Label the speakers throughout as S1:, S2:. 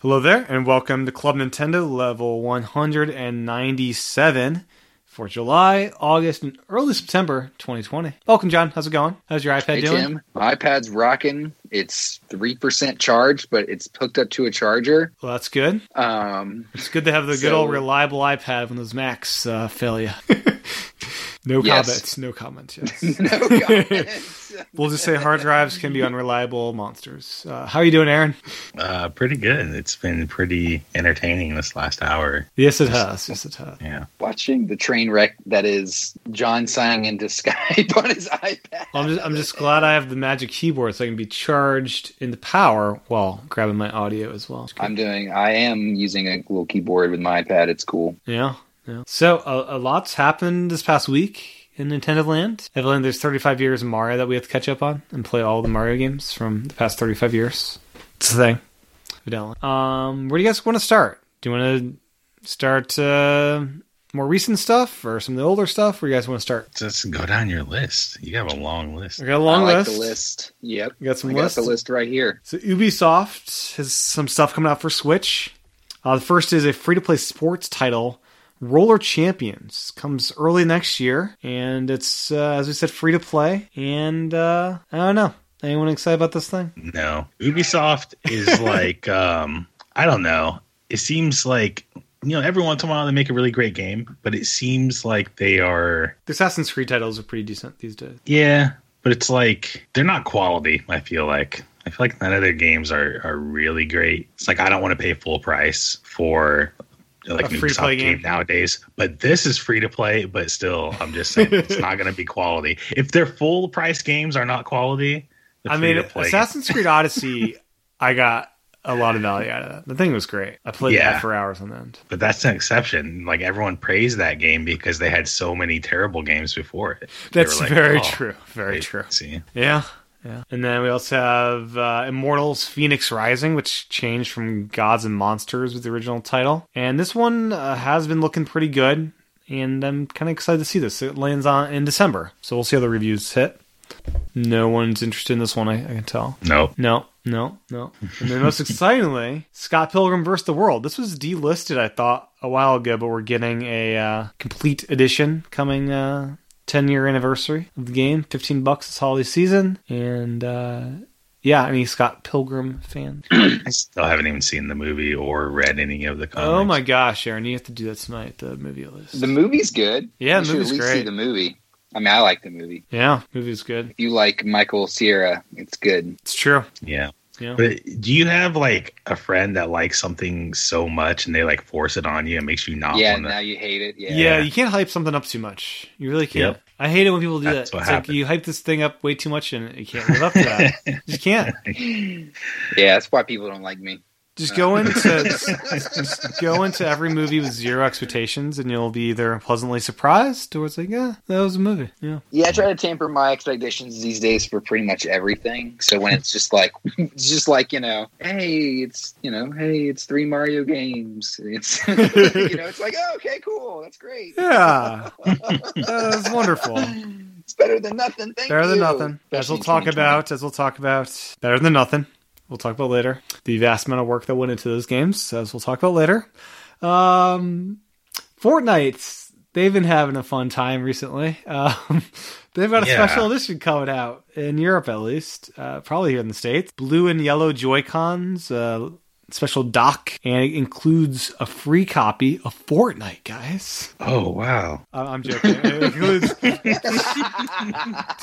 S1: Hello there, and welcome to Club Nintendo level 197 for July, August, and early September 2020. Welcome, John. How's it going? How's your iPad
S2: Hey
S1: doing?
S2: Tim, my iPad's rocking. It's three percent charged, but it's hooked up to a charger.
S1: Well, that's good.
S2: Um,
S1: It's good to have the good
S2: So-
S1: old reliable iPad when those Macs uh, fail you. no
S2: Yes.
S1: comments. No comments. Yes.
S2: no comments.
S1: we'll just say hard drives can be unreliable monsters. Uh, how are you doing, Aaron?
S3: Uh, pretty good. It's been pretty entertaining this last hour.
S1: Yes, it has. Yes, it has.
S3: Yeah.
S2: Watching the train wreck that is John signing into Skype on his iPad.
S1: I'm just, I'm just glad I have the magic keyboard so I can be charged into power while grabbing my audio as well.
S2: I'm doing. I am using a little keyboard with my iPad. It's cool.
S1: Yeah. yeah. So a, a lot's happened this past week in Nintendo Land. I've learned there's 35 years of Mario that we have to catch up on and play all the Mario games from the past 35 years. It's a thing. Evidently. Um, where do you guys want to start? Do you want to start uh, more recent stuff or some of the older stuff? Where do you guys want to start?
S3: Just go down your list. You have a long list.
S1: I got a long
S2: I like
S1: list.
S2: the list. Yep.
S1: You got some
S2: I got
S1: lists?
S2: the list right here.
S1: So Ubisoft has some stuff coming out for Switch. Uh, the first is a free-to-play sports title, Roller Champions, comes early next year, and it's uh, as we said, free-to-play. And uh, I don't know, anyone excited about this thing?
S3: No. Ubisoft is like, um, I don't know. It seems like, you know, every once in a while they make a really great game, but it seems like they are,
S1: The Assassin's Creed titles are pretty decent these days.
S3: yeah, but it's like they're not quality, I feel like. I feel like none of their games are, are really great. It's like I don't want to pay full price for like
S1: A
S3: an
S1: free-to-play
S3: Ubisoft game.
S1: game.
S3: nowadays. But this is free to play, but still, I'm just saying it's not going to be quality. If their full price games are not quality, the
S1: I mean,
S3: free-to-play-
S1: Assassin's Creed Odyssey, I got a lot of value out of that. The thing was great. I played
S3: Yeah.
S1: that for hours on end.
S3: but that's an exception. Like everyone praised that game because they had so many terrible games before it. They
S1: That's
S3: were like,
S1: very
S3: "Oh,
S1: true. Very
S3: wait,
S1: true.
S3: See,
S1: Yeah. Yeah. And then we also have uh, Immortals Phoenix Rising, which changed from Gods and Monsters with the original title. And this one uh, has been looking pretty good, and I'm kind of excited to see this. It lands on in December, so we'll see how the reviews hit. No one's interested in this one, I, I can tell.
S3: no,
S1: No, no, no. And then most excitingly, Scott Pilgrim vs. the World. This was delisted, I thought, a while ago, but we're getting a uh, complete edition coming uh, 10 year anniversary of the game. 15 bucks this holiday season. And uh, yeah, any Scott Pilgrim fan?
S2: Oh,
S3: I still haven't even seen the movie or read any of the. Comics.
S1: oh my gosh, Aaron, you have to do that tonight, the movie list.
S2: The movie's good.
S1: Yeah,
S2: you
S1: the
S2: should
S1: movie's
S2: at least see
S1: great.
S2: the movie. I mean, I like the movie.
S1: yeah, movie's good.
S2: If you like Michael Sierra, it's good.
S1: It's true.
S3: Yeah.
S1: Yeah.
S3: But do you have like a friend that likes something so much and they like force it on you and makes you not
S2: yeah,
S3: want
S2: now
S3: to?
S2: you hate it.
S1: Yeah.
S2: Yeah.
S1: you can't hype something up too much. You really can't.
S3: Yep.
S1: I hate it when people do
S3: That's
S1: that.
S3: what
S1: It's like
S3: happened.
S1: you hype this thing up way too much and you can't live up to that. you just can't.
S2: Yeah, that's why people don't like me.
S1: Just go into just go into every movie with zero expectations, and you'll be either pleasantly surprised or it's like, yeah, that was a movie. Yeah,
S2: Yeah, I try to tamper my expectations these days for pretty much everything. So when it's just like, it's just like you know, hey, it's you know, hey, it's three Mario games. It's you know, it's like, oh, okay, cool, that's great.
S1: yeah, that was wonderful.
S2: It's better than nothing. Thank
S1: Better than
S2: you.
S1: nothing. As we'll
S2: Especially
S1: talk
S2: 2020.
S1: about, as we'll talk about, better than nothing. We'll talk about later. The vast amount of work that went into those games, as we'll talk about later. Um, Fortnite, they've been having a fun time recently. Um, they've got a
S3: Yeah.
S1: special edition coming out in Europe, at least, uh, probably here in the States. Blue and yellow Joy Cons, uh, special dock, and it includes a free copy of Fortnite, guys.
S3: Oh wow!
S1: I- I'm joking. It includes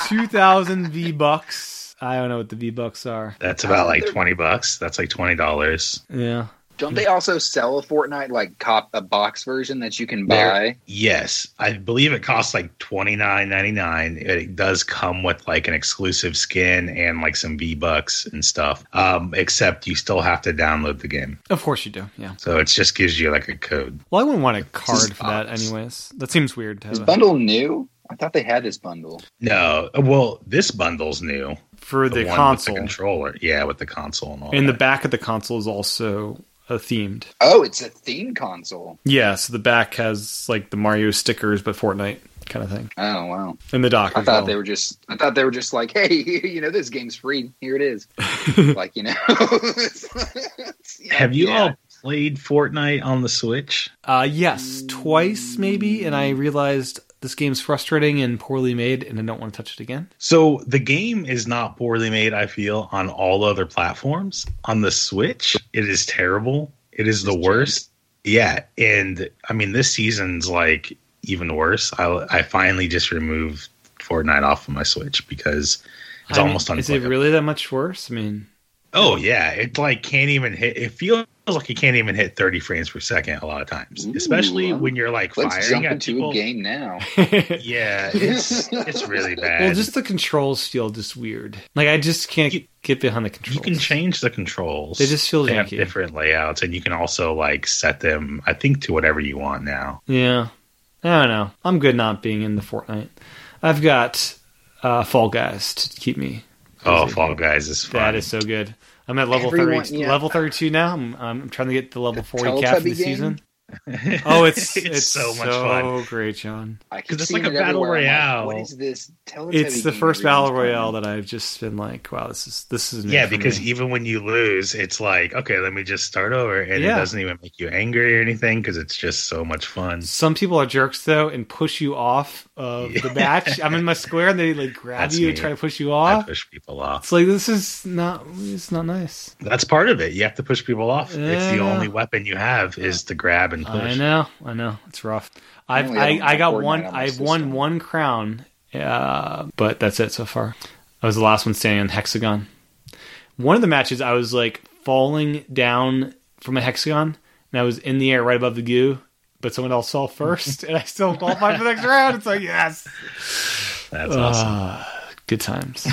S1: 2,000 V bucks. I don't know what the V bucks are.
S3: That's about like twenty bucks. That's like twenty dollars.
S1: Yeah.
S2: Don't they also sell a Fortnite like cop a box version that you can buy?
S3: Yes, I believe it costs like twenty nine ninety nine. It does come with like an exclusive skin and like some V bucks and stuff. Um, except you still have to download the game,
S1: Of course you do. Yeah.
S3: so it just gives you like a code.
S1: Well, I wouldn't want a card
S2: is
S1: for that,
S2: box.
S1: anyways. That seems weird to
S2: Is
S1: have a,
S2: bundle new? I thought they had this bundle.
S3: No, well, this bundle's new.
S1: for the,
S3: one with the
S1: console.
S3: controller. Yeah, with the console and all.
S1: and the
S3: that.
S1: back of the console is also uh, themed.
S2: Oh, it's a theme console.
S1: Yeah. So the back has like the Mario stickers, but Fortnite kind of thing.
S2: Oh wow!
S1: And the dock.
S2: I
S1: as
S2: thought
S1: well.
S2: they were just. I thought they were just like, hey, you know, this game's free. Here it is. like you know. It's-
S3: Have you
S2: Yeah.
S3: all played Fortnite on the Switch?
S1: Uh, yes, twice maybe, and I realized this game's frustrating and poorly made, and I don't want to touch it again.
S3: So the game is not poorly made, I feel, on all other platforms. On the Switch, it is terrible. It is the
S2: It's
S3: worst. Yeah, and I mean this season's like even worse. I I finally just removed Fortnite off of my Switch because it's
S1: I mean,
S3: almost
S1: Is it
S3: unplayable.
S1: really that much worse? I mean,
S3: Oh yeah, it like can't even hit. It feels like it can't even hit 30 frames per second a lot of times,
S2: Ooh,
S3: especially
S2: wow.
S3: when you're like
S2: Let's
S3: firing
S2: jump
S3: at
S2: into
S3: people.
S2: a game now.
S1: well,
S3: Yeah, it's it's really bad.
S1: just the controls feel just weird. Like I just can't
S3: You-
S1: get behind the controls.
S3: you can change the controls.
S1: They just feel
S3: they have
S1: janky.
S3: different layouts, and you can also like set them, I think, to whatever you want now.
S1: Yeah, I don't know. I'm good not being in the Fortnite. I've got uh, Fall Guys to keep me.
S3: Oh,
S1: Is it-
S3: Fall Guys is fun.
S1: That is so good. I'm at level
S2: Everyone-
S1: thirty.
S2: yeah.
S1: Level thirty-two now. I'm, I'm trying to get the level forty
S2: Teletubby
S1: cap for the
S2: game?
S1: season. Oh, it's
S3: it's, so much fun.
S1: so great, John.
S2: I
S3: 'Cause
S2: keep
S3: it's
S2: seeing
S3: like a
S2: it
S3: battle
S2: everywhere. I'm like,
S3: royale.
S2: what is this? Teletubby
S1: It's the
S2: game
S1: first
S2: everyone's
S1: battle royale
S2: playing?
S1: that I've just been like, wow, this is this is new
S3: Yeah,
S1: for
S3: because
S1: me.
S3: even when you lose, it's like okay, let me just start over, and
S1: Yeah.
S3: it doesn't even make you angry or anything because it's just so much fun.
S1: some people are jerks though and push you off of the
S3: Yeah.
S1: match. I'm in my square and they like grab
S3: That's
S1: you and
S3: me.
S1: try to push you
S3: I
S1: off.
S3: push people off.
S1: It's like this is not it's not nice.
S3: That's part of it. You have to push people off. It's the
S1: Yeah.
S3: only weapon you have is to grab and
S1: I
S3: push.
S1: know, I know, it's rough. I've
S2: only have
S1: I, I got
S2: one
S1: one.
S2: Fortnite on my
S1: I've won
S2: system.
S1: one crown, uh, but that's it so far. I was the last one standing on hexagon. One of the matches, I was like falling down from a hexagon, and I was in the air right above the goo. But someone else fell first, and I still qualified for the next round. It's like yes,
S3: That's awesome.
S1: Ah, good times.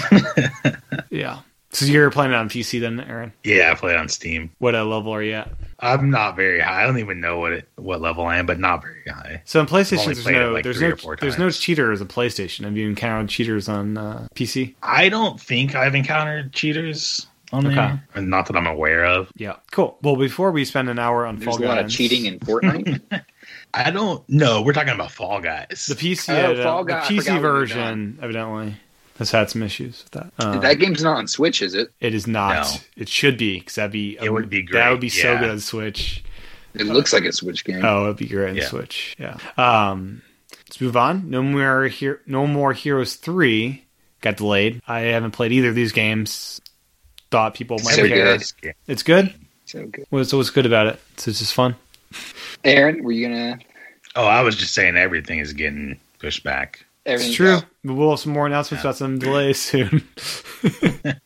S1: yeah. So you're playing it on PC then, Aaron?
S3: Yeah, I play it on Steam.
S1: What uh, level are you at?
S3: I'm not very high. I don't even know what it, what level I am, but not very high.
S1: So in PlayStation,
S3: only
S1: there's
S3: played it,
S1: no,
S3: like,
S1: there's
S3: three
S1: no,
S3: or four
S1: there's no
S3: times.
S1: cheaters on PlayStation. Have you encountered cheaters on uh, PC?
S3: I don't think I've encountered cheaters on
S1: Okay.
S3: there, and not that I'm aware of.
S1: Yeah. Cool. Well, before we spend an hour on
S2: There's
S1: Fall
S2: a lot of
S1: Guys,
S2: cheating in Fortnite.
S3: I don't know. We're talking about Fall Guys.
S1: the PC,
S2: Oh,
S1: uh,
S2: Fall
S1: the
S2: Guy, I forgot
S1: PC
S2: we were
S1: version evidently has had some issues with that. Um,
S2: that game's not on Switch, is it?
S1: it is not.
S3: No.
S1: It should be because that'd be
S3: It would be
S1: That
S3: great,
S1: would be so
S3: yeah.
S1: good on Switch.
S2: It looks like a Switch game.
S1: Oh, it'd be great on
S3: Yeah.
S1: Switch. Yeah. Um, let's move on. No more here. No more Heroes Three got delayed. I haven't played either of these games. Thought people might
S2: So
S3: Every
S1: care.
S2: good.
S3: Guys game.
S1: It's good.
S2: So good.
S1: What's what's good about it? So it's just fun.
S2: Aaron, were you gonna?
S3: Oh, I was just saying everything is getting pushed back.
S1: It's
S2: everything's
S1: true.
S2: out.
S1: We'll have some more announcements about some delays soon.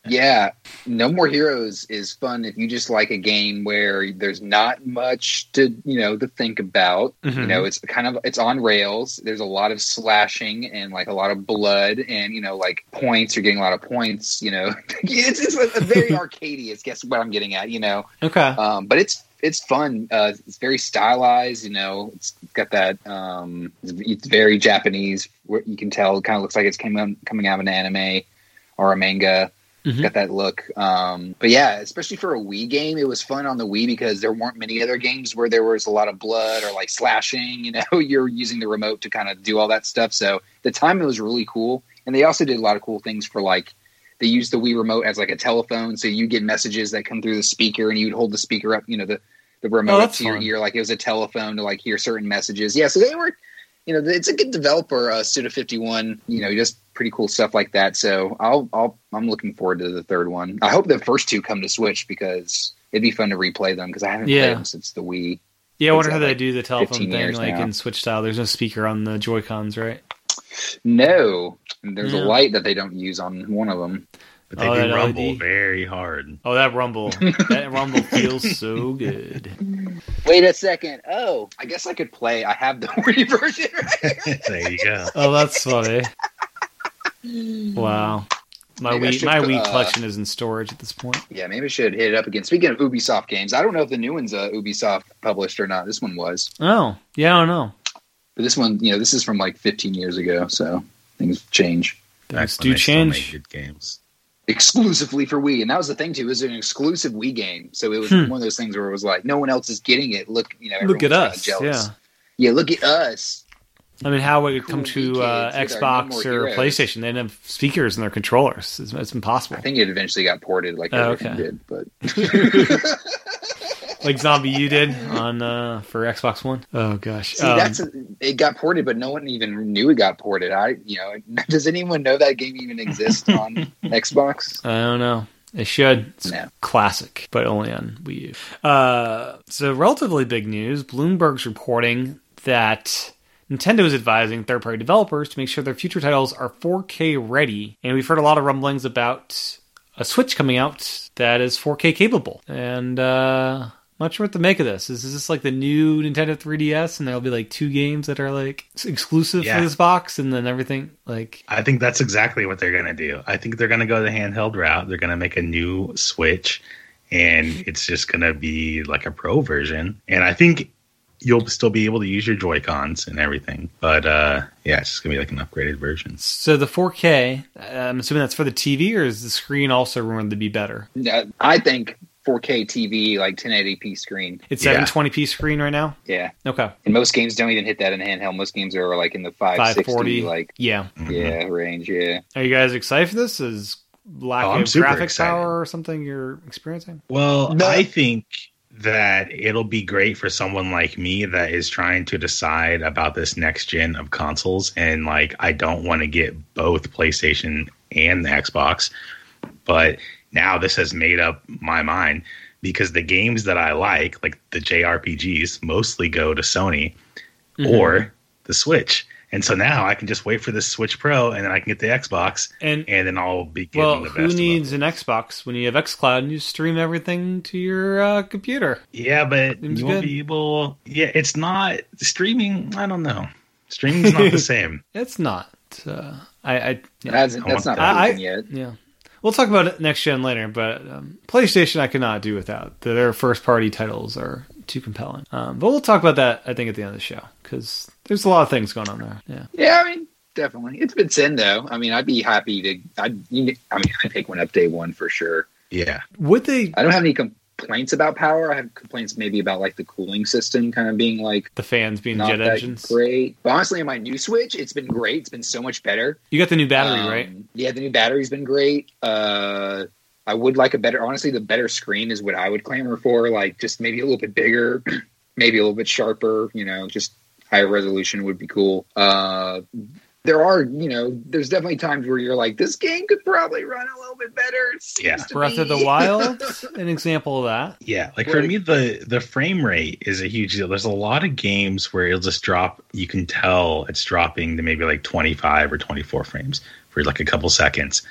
S2: Yeah, No More Heroes is fun if you just like a game where there's not much to you know to think about. You
S1: Mhm.
S2: know, it's kind of it's on rails. There's a lot of slashing and like a lot of blood and you know like points. You're getting a lot of points. You know, it's, it's a, a very arcadey. Is guess what I'm getting at. You know,
S1: okay.
S2: um, but it's it's fun. Uh, it's very stylized. You know, it's got that. Um, it's, it's very Japanese. Where you can tell, it kind of looks like it's came on, coming out of an anime or a manga. It's
S1: Mhm.
S2: Got that look. Um, but yeah, especially for a Wii game, it was fun on the Wii because there weren't many other games where there was a lot of blood or like slashing. You know, you're using the remote to kind of do all that stuff. So at the time it was really cool, and they also did a lot of cool things for like they used the Wii remote as like a telephone, so you get messages that come through the speaker, and you'd hold the speaker up, you know, the the remote
S1: Oh,
S2: up
S1: that's
S2: to your
S1: fun.
S2: ear like it was a telephone to like hear certain messages. Yeah, so they were, you know, it's a good developer, uh, Suda Fifty One, you know, just pretty cool stuff like that. So I'll I'll I'm looking forward to the third one. I hope the first two come to Switch because it'd be fun to replay them because I haven't
S1: Yeah.
S2: played them since the Wii.
S1: Yeah, I wonder
S2: It's
S1: how
S2: at,
S1: they
S2: like,
S1: do the telephone
S2: 15
S1: thing,
S2: years
S1: like
S2: now.
S1: in Switch style. There's no speaker on the Joy Cons, right?
S2: No, and there's
S1: Yeah.
S2: a light that they don't use on one of them.
S3: But they
S1: Oh, that
S3: do rumble
S1: LED.
S3: very hard.
S1: Oh, that rumble! that rumble feels so good.
S2: Wait a second. Oh, I guess I could play. I have the Wii version right here.
S3: there you go.
S1: Oh, that's funny. Wow. My
S2: Maybe I
S1: Wii,
S2: should
S1: my
S2: put,
S1: Wii
S2: uh,
S1: collection is in storage at this point.
S2: Yeah, maybe I should hit it up again. Speaking of Ubisoft games, I don't know if the new one's uh, Ubisoft published or not. This one was,
S1: Oh, yeah, I don't know.
S2: but this one, you know, this is from like 15 years ago, so things change.
S1: Things
S3: Back when
S1: do
S3: they still made
S1: change.
S3: good games.
S2: Exclusively for Wii, and that was the thing too. It was an exclusive Wii game, so it was
S1: Hmm.
S2: one of those things where it was like no one else is getting it. Look, you know,
S1: Look at
S2: everyone's
S1: us.
S2: kinda
S1: Yeah.
S2: jealous. yeah, look at us.
S1: I mean, how would it come
S2: Cool
S1: to uh,
S2: kids with our
S1: Xbox or
S2: Nemo heroes.
S1: PlayStation? They didn't have speakers in their controllers. It's, it's impossible.
S2: I think it eventually got ported like
S1: Oh,
S2: everything
S1: okay.
S2: did, but
S1: Like Zombie U did on uh, for Xbox One. Oh gosh.
S2: see,
S1: Um,
S2: that's it got ported, but no one even knew it got ported. I, you know, does anyone know that game even exists on Xbox?
S1: I don't know. It should. It's
S2: No.
S1: classic, but only on Wii U. Uh, so, relatively big news Bloomberg's reporting that Nintendo is advising third party developers to make sure their future titles are 4K ready. And we've heard a lot of rumblings about a Switch coming out that is 4K capable. And, uh,. I'm Not sure what to make of this. Is this like the new Nintendo 3DS, and there'll be like two games that are like exclusive
S3: Yeah.
S1: for this box, and then everything like
S3: I think that's exactly what they're going to do. I think they're going to go the handheld route. They're going to make a new Switch, and it's just going to be like a pro version. And I think you'll still be able to use your Joy Cons and everything. But uh, yeah, it's just going to be like an upgraded version.
S1: So the 4K, uh, I'm assuming that's for the TV, or is the screen also rumored to be better?
S2: No, I think 4K TV, like 1080p screen.
S1: It's
S3: Yeah.
S1: 720p screen right now.
S2: Yeah,
S1: Okay,
S2: and most games don't even hit that in handheld. Most games are like in the 560,
S1: 540.
S2: like
S1: yeah.
S3: Mm-hmm.
S2: yeah
S1: Mm-hmm.
S2: range. Yeah,
S1: Are you guys excited for this? Is lack
S3: Oh, I'm
S1: of
S3: super
S1: graphics
S3: excited.
S1: power or something you're experiencing?
S3: Well,
S2: No.
S3: I think that it'll be great for someone like me that is trying to decide about this next gen of consoles and like I don't want to get both PlayStation and the Xbox. But now this has made up my mind because the games that I like, like the JRPGs, mostly go to Sony
S1: Mm-hmm.
S3: Mm-hmm. or the Switch. And so now I can just wait for the Switch Pro and then I can get the Xbox
S1: and
S3: and then I'll be getting
S1: well,
S3: the
S1: who
S3: best of both.
S1: needs an Xbox when you have XCloud and you stream everything to your uh, computer?
S3: Yeah, but
S1: Seems
S3: you won't
S1: good.
S3: be able. Yeah, it's not streaming. I don't know. Streaming's not the same.
S1: It's not. Uh, I, I yeah.
S2: that's
S3: I
S2: that's
S3: want
S2: not
S3: that.
S1: I-
S2: proven yet.
S1: Yeah. We'll talk about it next gen later, but um, PlayStation I cannot do without. Their first party titles are too compelling. Um, but we'll talk about that, I think, at the end of the show, because there's a lot of things going on there. Yeah.
S2: Yeah, I mean, definitely. It's been sin though. I mean, I'd be happy to. I'd, you kn- I mean, I'd take one up day one for sure.
S3: Yeah,
S1: Would they.
S2: I don't have any complaints about power. I have complaints maybe about like the cooling system kind of being like
S1: The fans being
S2: not
S1: jet
S2: that
S1: engines?
S2: great. But honestly, on my new Switch, it's been great. It's been so much better.
S1: You got the new battery,
S2: Um,
S1: right?
S2: Yeah, the new battery's been great. Uh, I would like a better. Honestly, the better screen is what I would clamor for. Like just maybe a little bit bigger, maybe a little bit sharper. You know, just higher resolution would be cool. Uh, there are, you know, there's definitely times where you're like, this game could probably run a little bit better. It seems
S3: Yeah.
S2: to
S1: Breath of the
S2: me.
S1: Wild, an example of that.
S3: yeah. Like for
S2: Like-
S3: me, the the frame rate is a huge deal. There's a lot of games where it'll just drop. You can tell it's dropping to maybe like 25 or 24 frames for like a couple seconds.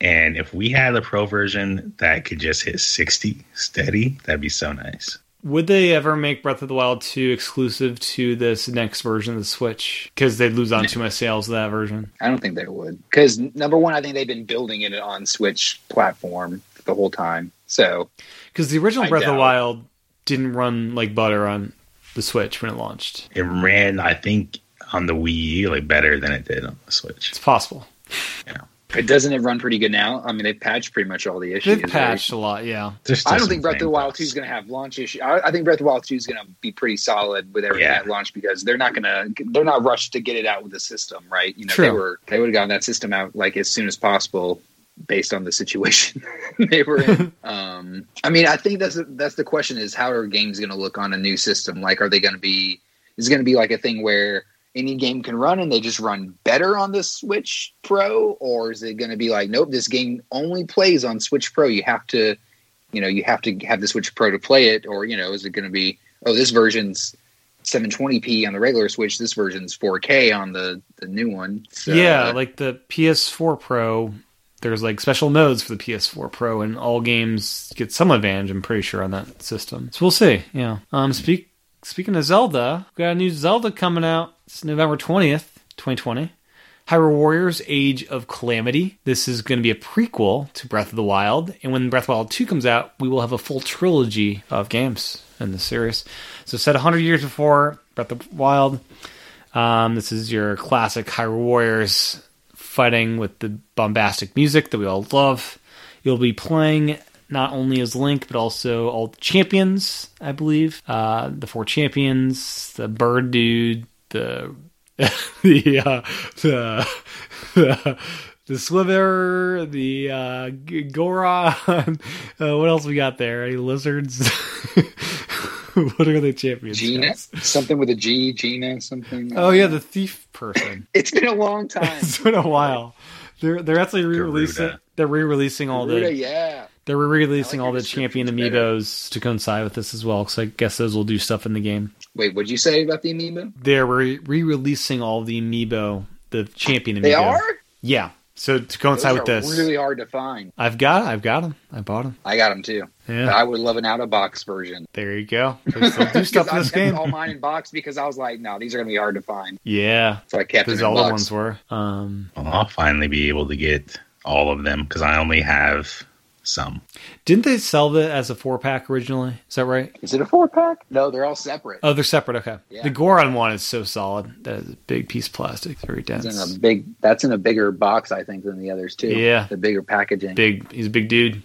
S3: And if we had a pro version that could just hit 60 steady, that'd be so nice.
S1: Would they ever make Breath of the Wild 2 exclusive to this next version of the Switch? Because they'd lose on too much sales to that version.
S2: I don't think they would. Because number one, I think they've been building it on Switch platform the whole time. So
S1: Because the original
S2: I
S1: Breath of the
S2: doubt.
S1: Wild didn't run like butter on the Switch when it launched.
S3: It ran, I think, on the Wii U like better than it did on the Switch.
S1: It's possible.
S2: it doesn't it run pretty good now? I mean, they've patched pretty much all the issues.
S1: They've
S2: right?
S1: patched a lot, yeah.
S3: There's still
S2: I don't
S3: some
S2: think Breath of the
S3: things.
S2: Wild 2 is going to have launch issue. I, I think Breath of the Wild 2 is going to be pretty solid with everything
S3: Yeah.
S2: at launch because they're not going to they're not rushed to get it out with the system, right? You know,
S1: True.
S2: they were they would have gotten that system out like as soon as possible based on the situation they were in. um, I mean, I think that's that's the question is how are games going to look on a new system? Like, are they going to be is going to be like a thing where any game can run and they just run better on the Switch Pro, or is it going to be like, nope, this game only plays on Switch Pro. You have to, you know, you have to have the Switch Pro to play it, or you know, is it going to be, oh, this version's 720p on the regular Switch, this version's 4K on the the new one. So, uh,
S1: yeah, like the PS4 Pro, there's like special modes for the PS4 Pro, and all games get some advantage, I'm pretty sure, on that system. So we'll see, yeah. Um, speak, speaking of Zelda, we got a new Zelda coming out. It's November 20th, 2020. Hyrule Warriors Age of Calamity. This is going to be a prequel to Breath of the Wild, and when Breath of the Wild 2 comes out, we will have a full trilogy of games in this series. So set 100 years before Breath of the Wild, um, this is your classic Hyrule Warriors fighting with the bombastic music that we all love. You'll be playing not only as Link, but also all the champions, I believe. Uh, the four champions, the bird dude, the the uh, the the, the Slither, the uh, G- Goron. Uh, what else we got there? Any lizards? what are the champions?
S2: Gina,
S1: guys?
S2: E something with a G, Gina, something.
S1: Oh yeah, the thief person.
S2: it's been a long time.
S1: it's been a while. They're they're actually re-releasing.
S3: Garuda.
S1: They're re-releasing all the
S2: Garuda, yeah,
S1: they're re-releasing
S2: I like
S1: all
S2: your
S1: the champion
S2: descriptions better.
S1: amiibos to coincide with this as well. So I guess those will do stuff in the game.
S2: wait, what'd you say about the amiibo?
S1: They're re- re-releasing all the amiibo, the champion amiibo.
S2: They are.
S1: Yeah. So to
S2: Those
S1: coincide
S2: are
S1: with this,
S2: really hard to find.
S1: I've got I've got them. I bought them.
S2: I got them too.
S1: Yeah.
S2: But I would love an out of box version.
S1: There you go. They still do stuff in
S2: Because
S1: this
S2: I kept
S1: game.
S2: All mine in box because I was like, no, these are gonna be hard to find.
S1: Yeah.
S2: So I kept
S1: The
S2: them in
S1: Zelda
S2: box.
S1: ones were. Um,
S3: Well, I'll finally be able to get all of them because I only have some.
S1: didn't they sell it as a four pack originally? Is that right?
S2: Is it a four pack? No, they're all separate.
S1: Oh, they're separate. Okay.
S2: Yeah.
S1: The Goron one is so solid. That is a big piece of plastic. Very dense.
S2: It's in a big. That's in a bigger box, I think, than the others too.
S1: Yeah.
S2: the bigger packaging.
S1: big. He's a big dude.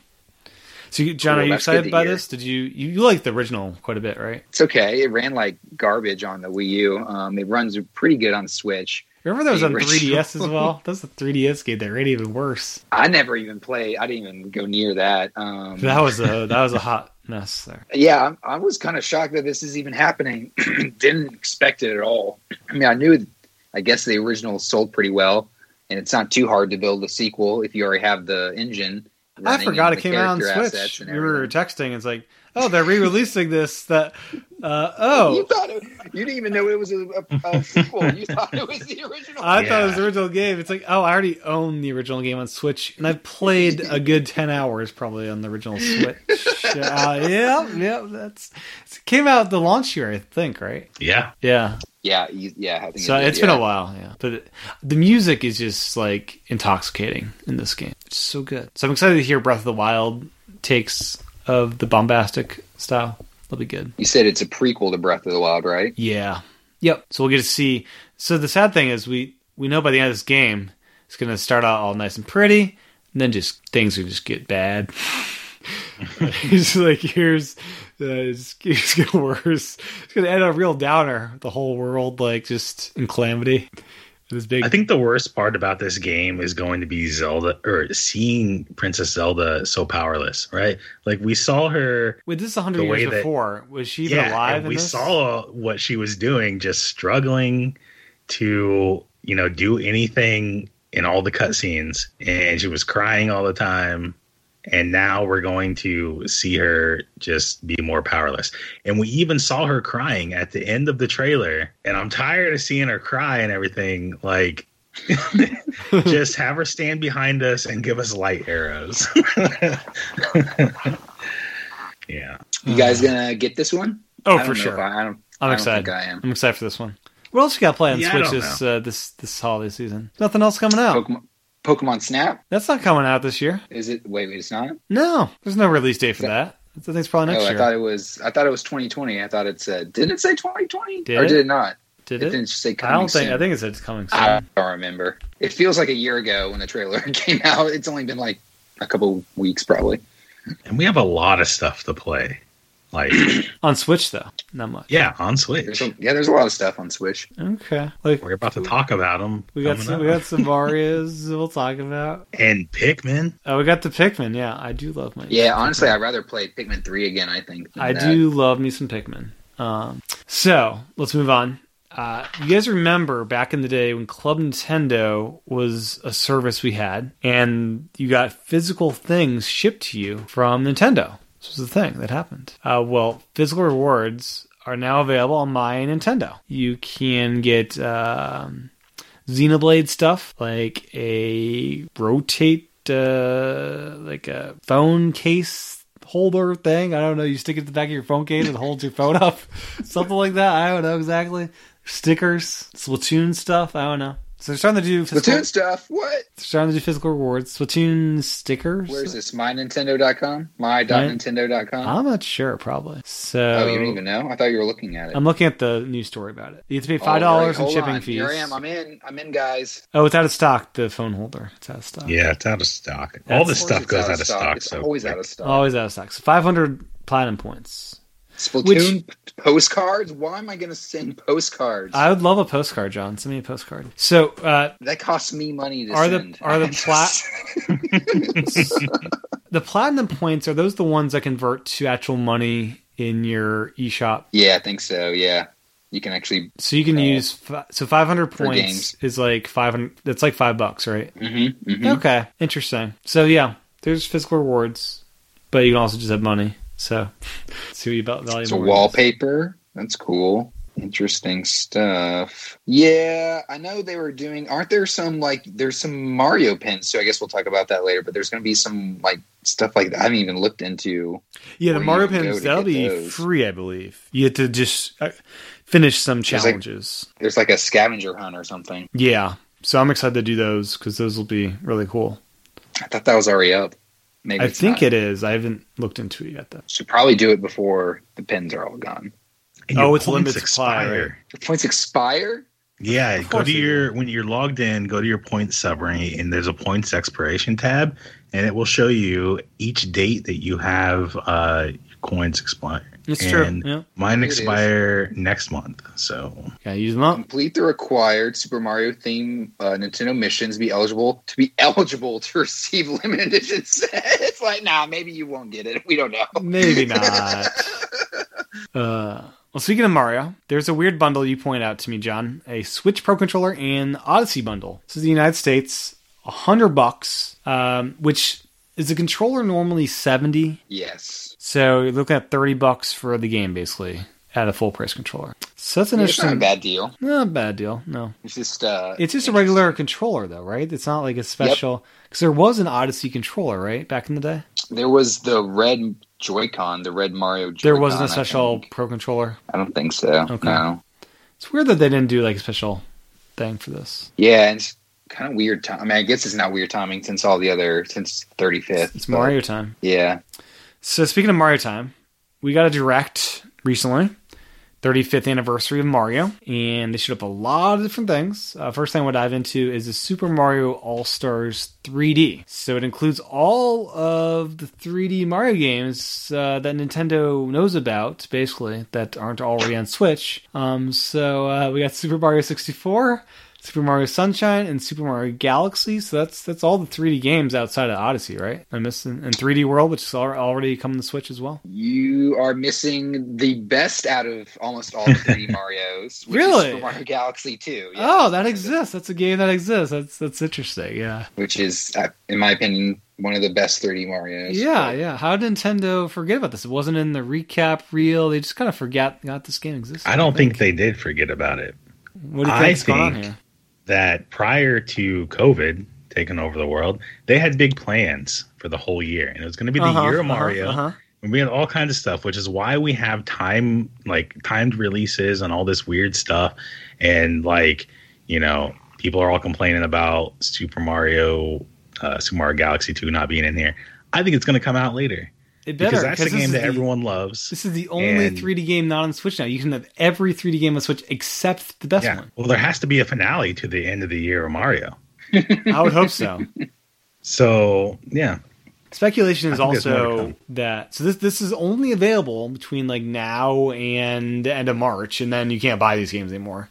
S1: So, you, John,
S2: Cool,
S1: are you
S2: that's good
S1: excited
S2: to
S1: by
S2: hear.
S1: this? Did you you you like the original quite a bit, right?
S2: It's okay. It ran like garbage on the Wii U. Um, it runs pretty good on Switch.
S1: Remember that was
S2: The
S1: on
S2: original.
S1: 3DS as well. That's a 3DS game that ran even worse.
S2: I never even played. I didn't even go near that. Um,
S1: That was a that was a hot mess there.
S2: yeah, I I was kind of shocked that this is even happening. Didn't expect it at all. I mean, I knew, I guess the original sold pretty well, and it's not too hard to build a sequel if you already have the engine.
S1: I
S2: running
S1: forgot it
S2: and the
S1: came out on
S2: character
S1: Switch.
S2: assets and
S1: We were
S2: everything.
S1: texting. It's like, oh, they're re-releasing this. That, uh, oh,
S2: You thought it, you didn't even know it was a, a, a sequel. You thought it was the original.
S1: I thought it was
S3: Yeah.
S1: the original game. It's like, oh, I already own the original game on Switch, and I've played a good ten hours probably on the original Switch. uh, yeah, yeah, that's it came out the launch year, I think, right?
S3: Yeah.
S1: Yeah.
S2: yeah, you, yeah. I think
S1: So
S2: it
S1: it's
S2: has
S1: been a while, yeah. But it- the music is just like intoxicating in this game. It's so good. So I'm excited to hear Breath of the Wild takes of the bombastic style. That'll be good.
S2: You said it's a prequel to Breath of the Wild, right?
S1: Yeah. Yep. So we'll get to see. So the sad thing is, we we know by the end of this game, it's going to start out all nice and pretty, and then just things are just get bad. it's like here's uh, it's, it's getting worse. It's going to end on a real downer. The whole world like just in calamity. This big.
S3: I think the worst part about this game is going to be Zelda or seeing Princess Zelda so powerless, right? Like we saw her
S1: Wait, this is hundred
S3: the way
S1: years
S3: that-
S1: before. Was she even
S3: yeah,
S1: alive?
S3: and
S1: in
S3: we
S1: this?
S3: saw what she was doing, just struggling to, you know, do anything in all the cutscenes. And she was crying all the time. And now we're going to see her just be more powerless. And we even saw her crying at the end of the trailer. And I'm tired of seeing her cry and everything. Like, just have her stand behind us and give us light arrows. yeah.
S2: You guys gonna get this one? I
S1: Mm. Oh,
S2: don't
S1: for
S2: know if
S1: sure.
S2: I, I don't.
S1: I'm
S2: I don't
S1: excited.
S2: think I am.
S1: I'm excited for this one. What else you got playing
S3: Yeah, I
S1: Switch
S3: don't
S1: this uh, this this holiday season? Nothing else coming out.
S2: Pokemon, Pokemon Snap
S1: That's not coming out this year.
S2: is it? Wait, wait, it's not.
S1: No, there's no release date for
S2: Is
S1: that. I think it's probably next
S2: oh, I
S1: year.
S2: thought it was. I thought it was 2020. I thought it said. Didn't it say 2020?
S1: Did
S2: or
S1: it?
S2: did it not?
S1: Did
S2: it,
S1: it?
S2: didn't say.
S1: I
S2: Coming
S1: don't think.
S2: Soon. Ah.
S1: I think it's, it's coming soon.
S2: I don't remember. It feels like a year ago when the trailer came out. It's only been like a couple weeks, probably.
S3: And we have a lot of stuff to play. Like,
S1: On Switch though, not much.
S3: yeah, on
S2: There's
S3: Switch.
S2: a, yeah, there's a lot of stuff on Switch.
S1: Okay. Like
S3: We're about to talk about them.
S1: we got some, we got some Marios we'll talk about.
S3: and Pikmin.
S1: Oh, we got the Pikmin. Yeah, I do love my.
S2: Yeah, honestly, I'd rather play Pikmin 3 again. I think. than
S1: I
S2: that.
S1: do love me some Pikmin. Um, so let's move on. Uh, you guys remember back in the day when Club Nintendo was a service we had, and you got physical things shipped to you from Nintendo. This was the thing that happened. Uh, well, physical rewards are now available on my Nintendo. You can get um, Xenoblade stuff, like a rotate, uh, like a phone case holder thing. I don't know. You stick it to the back of your phone case and holds your phone up, something like that. I don't know exactly. Stickers, Splatoon stuff. I don't know. So they're starting to do physical,
S2: Splatoon stuff. What?
S1: they're starting to do physical rewards, Splatoon stickers.
S2: Where's this? MyNintendo.com. My.nintendo.com.
S1: I'm not sure, probably. So
S2: Oh, you don't even know? I thought you were looking at it.
S1: I'm looking at the news story about it. You have to pay
S2: Oh,
S1: five dollars
S2: all
S1: in
S2: right,
S1: shipping
S2: hold on.
S1: fees.
S2: Here I am. I'm in. I'm in, guys.
S1: Oh, it's out of stock. The phone holder. It's out of stock.
S3: Yeah, it's out of stock.
S1: That's-
S3: All
S1: Of
S3: this
S2: course
S3: stuff
S2: it's
S3: goes out of stock.
S1: Oh,
S2: It's
S3: so
S2: always
S3: quick.
S2: out of stock.
S1: Always out of stock. So 500 platinum points.
S2: Splatoon postcards. Why am I going to send postcards?
S1: I would love a postcard, John. Send me a postcard. So, uh,
S2: that costs me money to
S1: Are the-
S2: send.
S1: are the
S2: Just-
S1: the platinum points are those the ones that convert to actual money in your eShop?
S2: yeah, I think so. Yeah, you can actually.
S1: So you can
S2: Uh,
S1: use fi- so 500
S2: for
S1: points
S2: games.
S1: is like 500. That's like five bucks, right?
S2: mhm, mhm.
S1: Okay, interesting. So yeah, there's physical rewards, but you can also just have money. So see what you about value.
S2: It's a
S1: more.
S2: wallpaper. That's cool. Interesting stuff. Yeah, I know they were doing. Aren't there some like there's some Mario pins too? I guess we'll talk about that later. But there's going to be some like stuff like that. I haven't even looked into.
S1: Yeah, the
S2: where you
S1: Mario
S2: can go
S1: pins
S2: to
S1: that'll
S2: get
S1: be
S2: those.
S1: free, I believe. You have to just uh, finish some
S2: like-
S1: challenges.
S2: There's like a scavenger hunt or something.
S1: yeah, so I'm excited to do those because those will be really cool.
S2: I thought that was already up. Maybe
S1: I
S2: it's
S1: think
S2: not.
S1: it is. I haven't looked into it yet though.
S2: should probably do it before the pins are all gone.
S3: And
S1: Oh,
S3: your
S1: it's
S3: points
S1: limited supply, right?
S2: Your points expire.
S3: Yeah,
S1: Of
S3: go
S1: course
S3: to
S1: it
S3: your when you're logged in, go to your points summary, and there's a points expiration tab, and it will show you each date that you have uh, your coins expire.
S1: It's
S3: And-
S1: true. Yeah,
S3: Mine
S2: It is.
S3: expire next month, so
S1: gotta use them up.
S2: Complete the required Super Mario theme uh, Nintendo missions. Be eligible to be eligible to receive limited edition sets. It's like, nah, maybe you won't get it. We don't know.
S1: Maybe not. uh, well, speaking of Mario, there's a weird bundle you point out to me, John. A Switch Pro controller and Odyssey bundle. This is the United States, a hundred bucks, um, which is the controller normally seventy.
S2: Yes,
S1: So you're looking at thirty bucks for the game, basically, at a full price controller. So that's an
S2: it's not a
S1: interesting.
S2: bad deal.
S1: Not a bad deal. No,
S2: It's just uh,
S1: it's just a regular controller, though, right? It's not like a special. Because there was an Odyssey controller, right, back in the day.
S2: There was the red Joy-Con, the red Mario. Joy-Con,
S1: There wasn't
S2: I
S1: a special
S2: think.
S1: Pro controller.
S2: I don't think so.
S1: Okay.
S2: No.
S1: It's weird that they didn't do like a special thing for this.
S2: Yeah, and it's kind of weird. Time. I mean, I guess it's not weird timing since all the other since 35th.
S1: It's
S2: but
S1: Mario time.
S2: Yeah.
S1: So speaking of Mario time, we got a direct recently, 35th anniversary of Mario, and they showed up a lot of different things. Uh, first thing I want to dive into is the Super Mario All Stars 3D. So it includes all of the 3D Mario games uh, that Nintendo knows about, basically that aren't already on Switch. Um, so uh, we got Super Mario 64. Super Mario Sunshine and Super Mario Galaxy. So that's that's all the 3D games outside of Odyssey, right? I'm missing and 3D World, which is al- already coming to Switch as well.
S2: You are missing the best out of almost all three Mario's. Which
S1: Really?
S2: Is Super Mario Galaxy 2. yeah.
S1: Oh, that exists. That's a game that exists. That's that's interesting. Yeah,
S2: Which is, uh, in my opinion, one of the best 3D Mario's.
S1: yeah, yeah. How did Nintendo forget about this? It wasn't in the recap reel. They just kind of forgot got this game existed.
S3: I don't think they did forget about it.
S1: What do you
S3: I
S1: think's going on
S3: think-
S1: here?
S3: That prior to COVID taking over the world, they had big plans for the whole year, and it was going to be the
S1: Uh-huh,
S3: year of
S1: uh-huh,
S3: Mario.
S1: uh-huh.
S3: And we had all kinds of stuff, which is why we have time like timed releases and all this weird stuff. And like, you know, people are all complaining about Super Mario, uh, Super Mario Galaxy 2 not being in here. I think it's going to come out later
S1: It better
S3: because that's a
S1: this is
S3: game that
S1: the-
S3: everyone loves.
S1: This is the only
S3: and-
S1: 3D game not on Switch now. You can have every 3D game on Switch except the best
S3: yeah.
S1: one.
S3: Well, there has to be a finale to the end of the year of Mario.
S1: I would hope so.
S3: So, yeah.
S1: Speculation is
S3: I think there's more to
S1: also
S3: come.
S1: that so this this is only available between like now and the end of March, and then you can't buy these games anymore.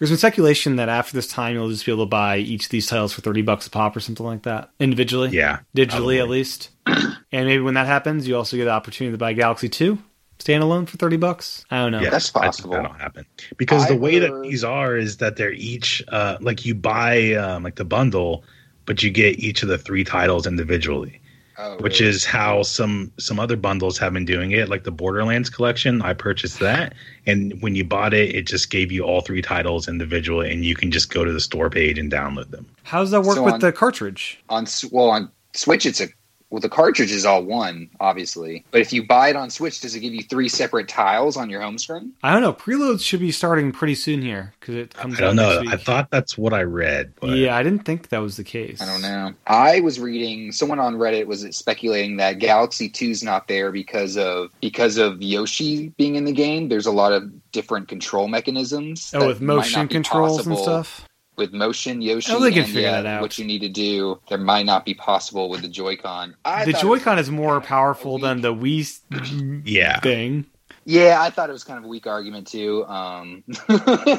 S1: There's been speculation that after this time you'll just be able to buy each of these titles for thirty bucks a pop or something like that individually,
S3: Yeah.
S1: digitally
S3: probably.
S1: at least. and maybe when that happens, you also get the opportunity to buy Galaxy Two standalone for thirty bucks. I don't know.
S3: Yeah,
S2: That's
S3: I think
S2: possible.
S3: That'll happen because the
S2: I
S3: way that
S2: heard-
S3: these are is that they're each uh, like you buy um, like the bundle, but you get each of the three titles individually,
S2: Oh,
S3: which
S2: really?
S3: is how some some other bundles have been doing it. Like the Borderlands collection, I purchased that, and when you bought it, it just gave you all three titles individually, and you can just go to the store page and download them.
S1: How does that work
S2: So
S1: with
S2: on-
S1: the cartridge?
S2: on S- well on Switch it's a well the cartridge is all one obviously, but if you buy it on Switch, does it give you three separate tiles on your home screen?
S1: I don't know. Preloads should be starting pretty soon here because it comes.
S3: I don't
S1: out
S3: know.
S1: Next week.
S3: I thought that's what I read. But
S1: yeah, I didn't think that was the case.
S2: I don't know. I was reading someone on Reddit was speculating that Galaxy 2's not there because of because of Yoshi being in the game. There's a lot of different control mechanisms.
S1: Oh,
S2: that
S1: with
S2: might not
S1: motion
S2: be
S1: controls and
S2: possible
S1: stuff.
S2: With motion, Yoshi,
S1: Oh, they can
S2: and,
S1: figure
S2: yeah,
S1: that out.
S2: What you need to do, there might not be possible with the Joy-Con. I
S1: the
S2: thought it was-
S1: Joy-Con is more powerful
S2: Wii.
S1: than the Wii s-
S3: yeah.
S1: thing.
S2: Yeah, I thought it was kind of a weak argument too. Um,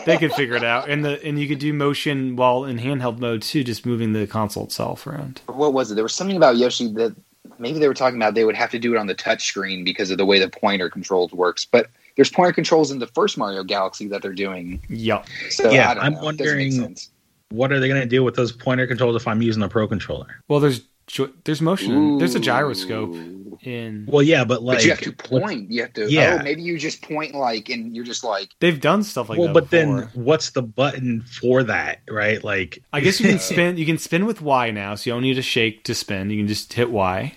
S1: They could figure it out, and the and you could do motion while in handheld mode too, just moving the console itself around.
S2: what was it? There was something about Yoshi that maybe they were talking about they would have to do it on the touch screen because of the way the pointer controls works. But there's pointer controls in the first Mario Galaxy that they're doing.
S1: Yup.
S2: So
S3: Yeah,
S2: I don't
S3: I'm
S2: know. It doesn't make
S3: wondering-
S2: sense.
S3: What are they going to do with those pointer controls if I'm using a pro controller?
S1: Well, there's jo- there's motion. There's a gyroscope
S2: Ooh.
S1: in.
S3: Well, yeah, but like
S2: but you have to point. You have to.
S3: Yeah.
S2: Oh, maybe you just point like, and you're just like,
S1: They've done stuff like
S3: well,
S1: that.
S3: but then
S1: before.
S3: what's the button for that, right? Like,
S1: I guess you can spin. You can spin with Y now, so you don't need to shake to spin. You can just hit Y.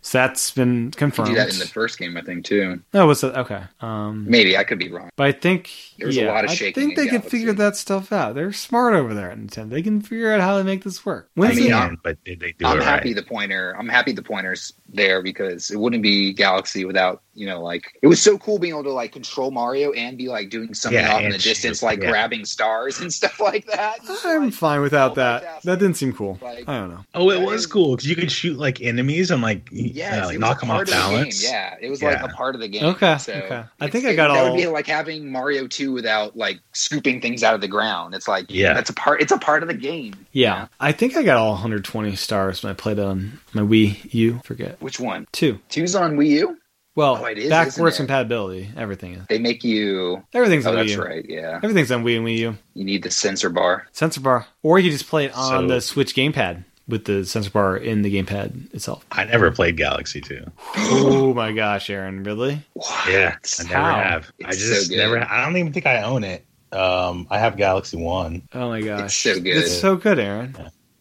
S1: So that's been
S2: you
S1: confirmed.
S2: do that in the first game, I think too.
S1: oh, what's that? Okay. Um,
S2: Maybe I could be wrong.
S1: but I think
S2: There was a
S1: yeah,
S2: lot of
S1: I
S2: shaking
S1: think
S2: in
S1: they can
S2: Galaxy.
S1: figure that stuff out. They're smart over there at Nintendo. They can figure out how to make this work.
S3: I
S1: When's
S2: mean,
S1: the-
S2: I'm-
S3: can, but did they do
S2: I'm
S3: it
S2: happy
S3: right?
S2: the pointer. I'm happy the pointer's there because it wouldn't be Galaxy without you know like it was so cool being able to like control Mario and be like doing something
S3: Yeah,
S2: off in
S3: and
S2: the
S3: shoot,
S2: distance like
S3: yeah.
S2: grabbing stars and stuff like that.
S1: I'm fine without
S2: multitasking.
S1: that. That didn't seem cool.
S2: Like-
S1: I don't know.
S3: Oh, it
S2: That
S3: was
S2: is-
S3: cool because you could shoot like enemies and like, yeah,
S2: yeah,
S3: like knock them off balance.
S2: Game. Yeah, it was
S3: Yeah.
S2: like a part of the game.
S1: Okay,
S2: so
S1: okay. I
S2: it's-
S1: think I
S2: it-
S1: got
S2: that
S1: all-
S2: would be like having Mario two without like scooping things out of the ground. It's like
S3: Yeah.
S2: that's a part. It's a part of the game.
S1: Yeah. I think I got all 120 stars when I played on my Wii U. Forget
S2: Which one?
S1: two.
S2: Two's on Wii U.
S1: Well,
S2: Oh, it is,
S1: backwards
S2: isn't it?
S1: compatibility. Everything is.
S2: They make you.
S1: Everything's
S2: Oh,
S1: on Wii
S2: that's
S1: U.
S2: right. Yeah,
S1: Everything's on Wii and Wii U.
S2: you need the sensor bar.
S1: Sensor bar, or you just play it on
S3: So-
S1: the Switch gamepad with the sensor bar in the gamepad itself.
S3: I never played Galaxy 2.
S1: oh my gosh, Aaron, really?
S2: What?
S3: Yeah, I never
S1: How?
S3: have. I
S2: It's
S3: just
S2: so good.
S3: never. I don't even think I own it. Um, I have Galaxy One.
S1: Oh my gosh,
S2: so good.
S1: It's so good, Aaron.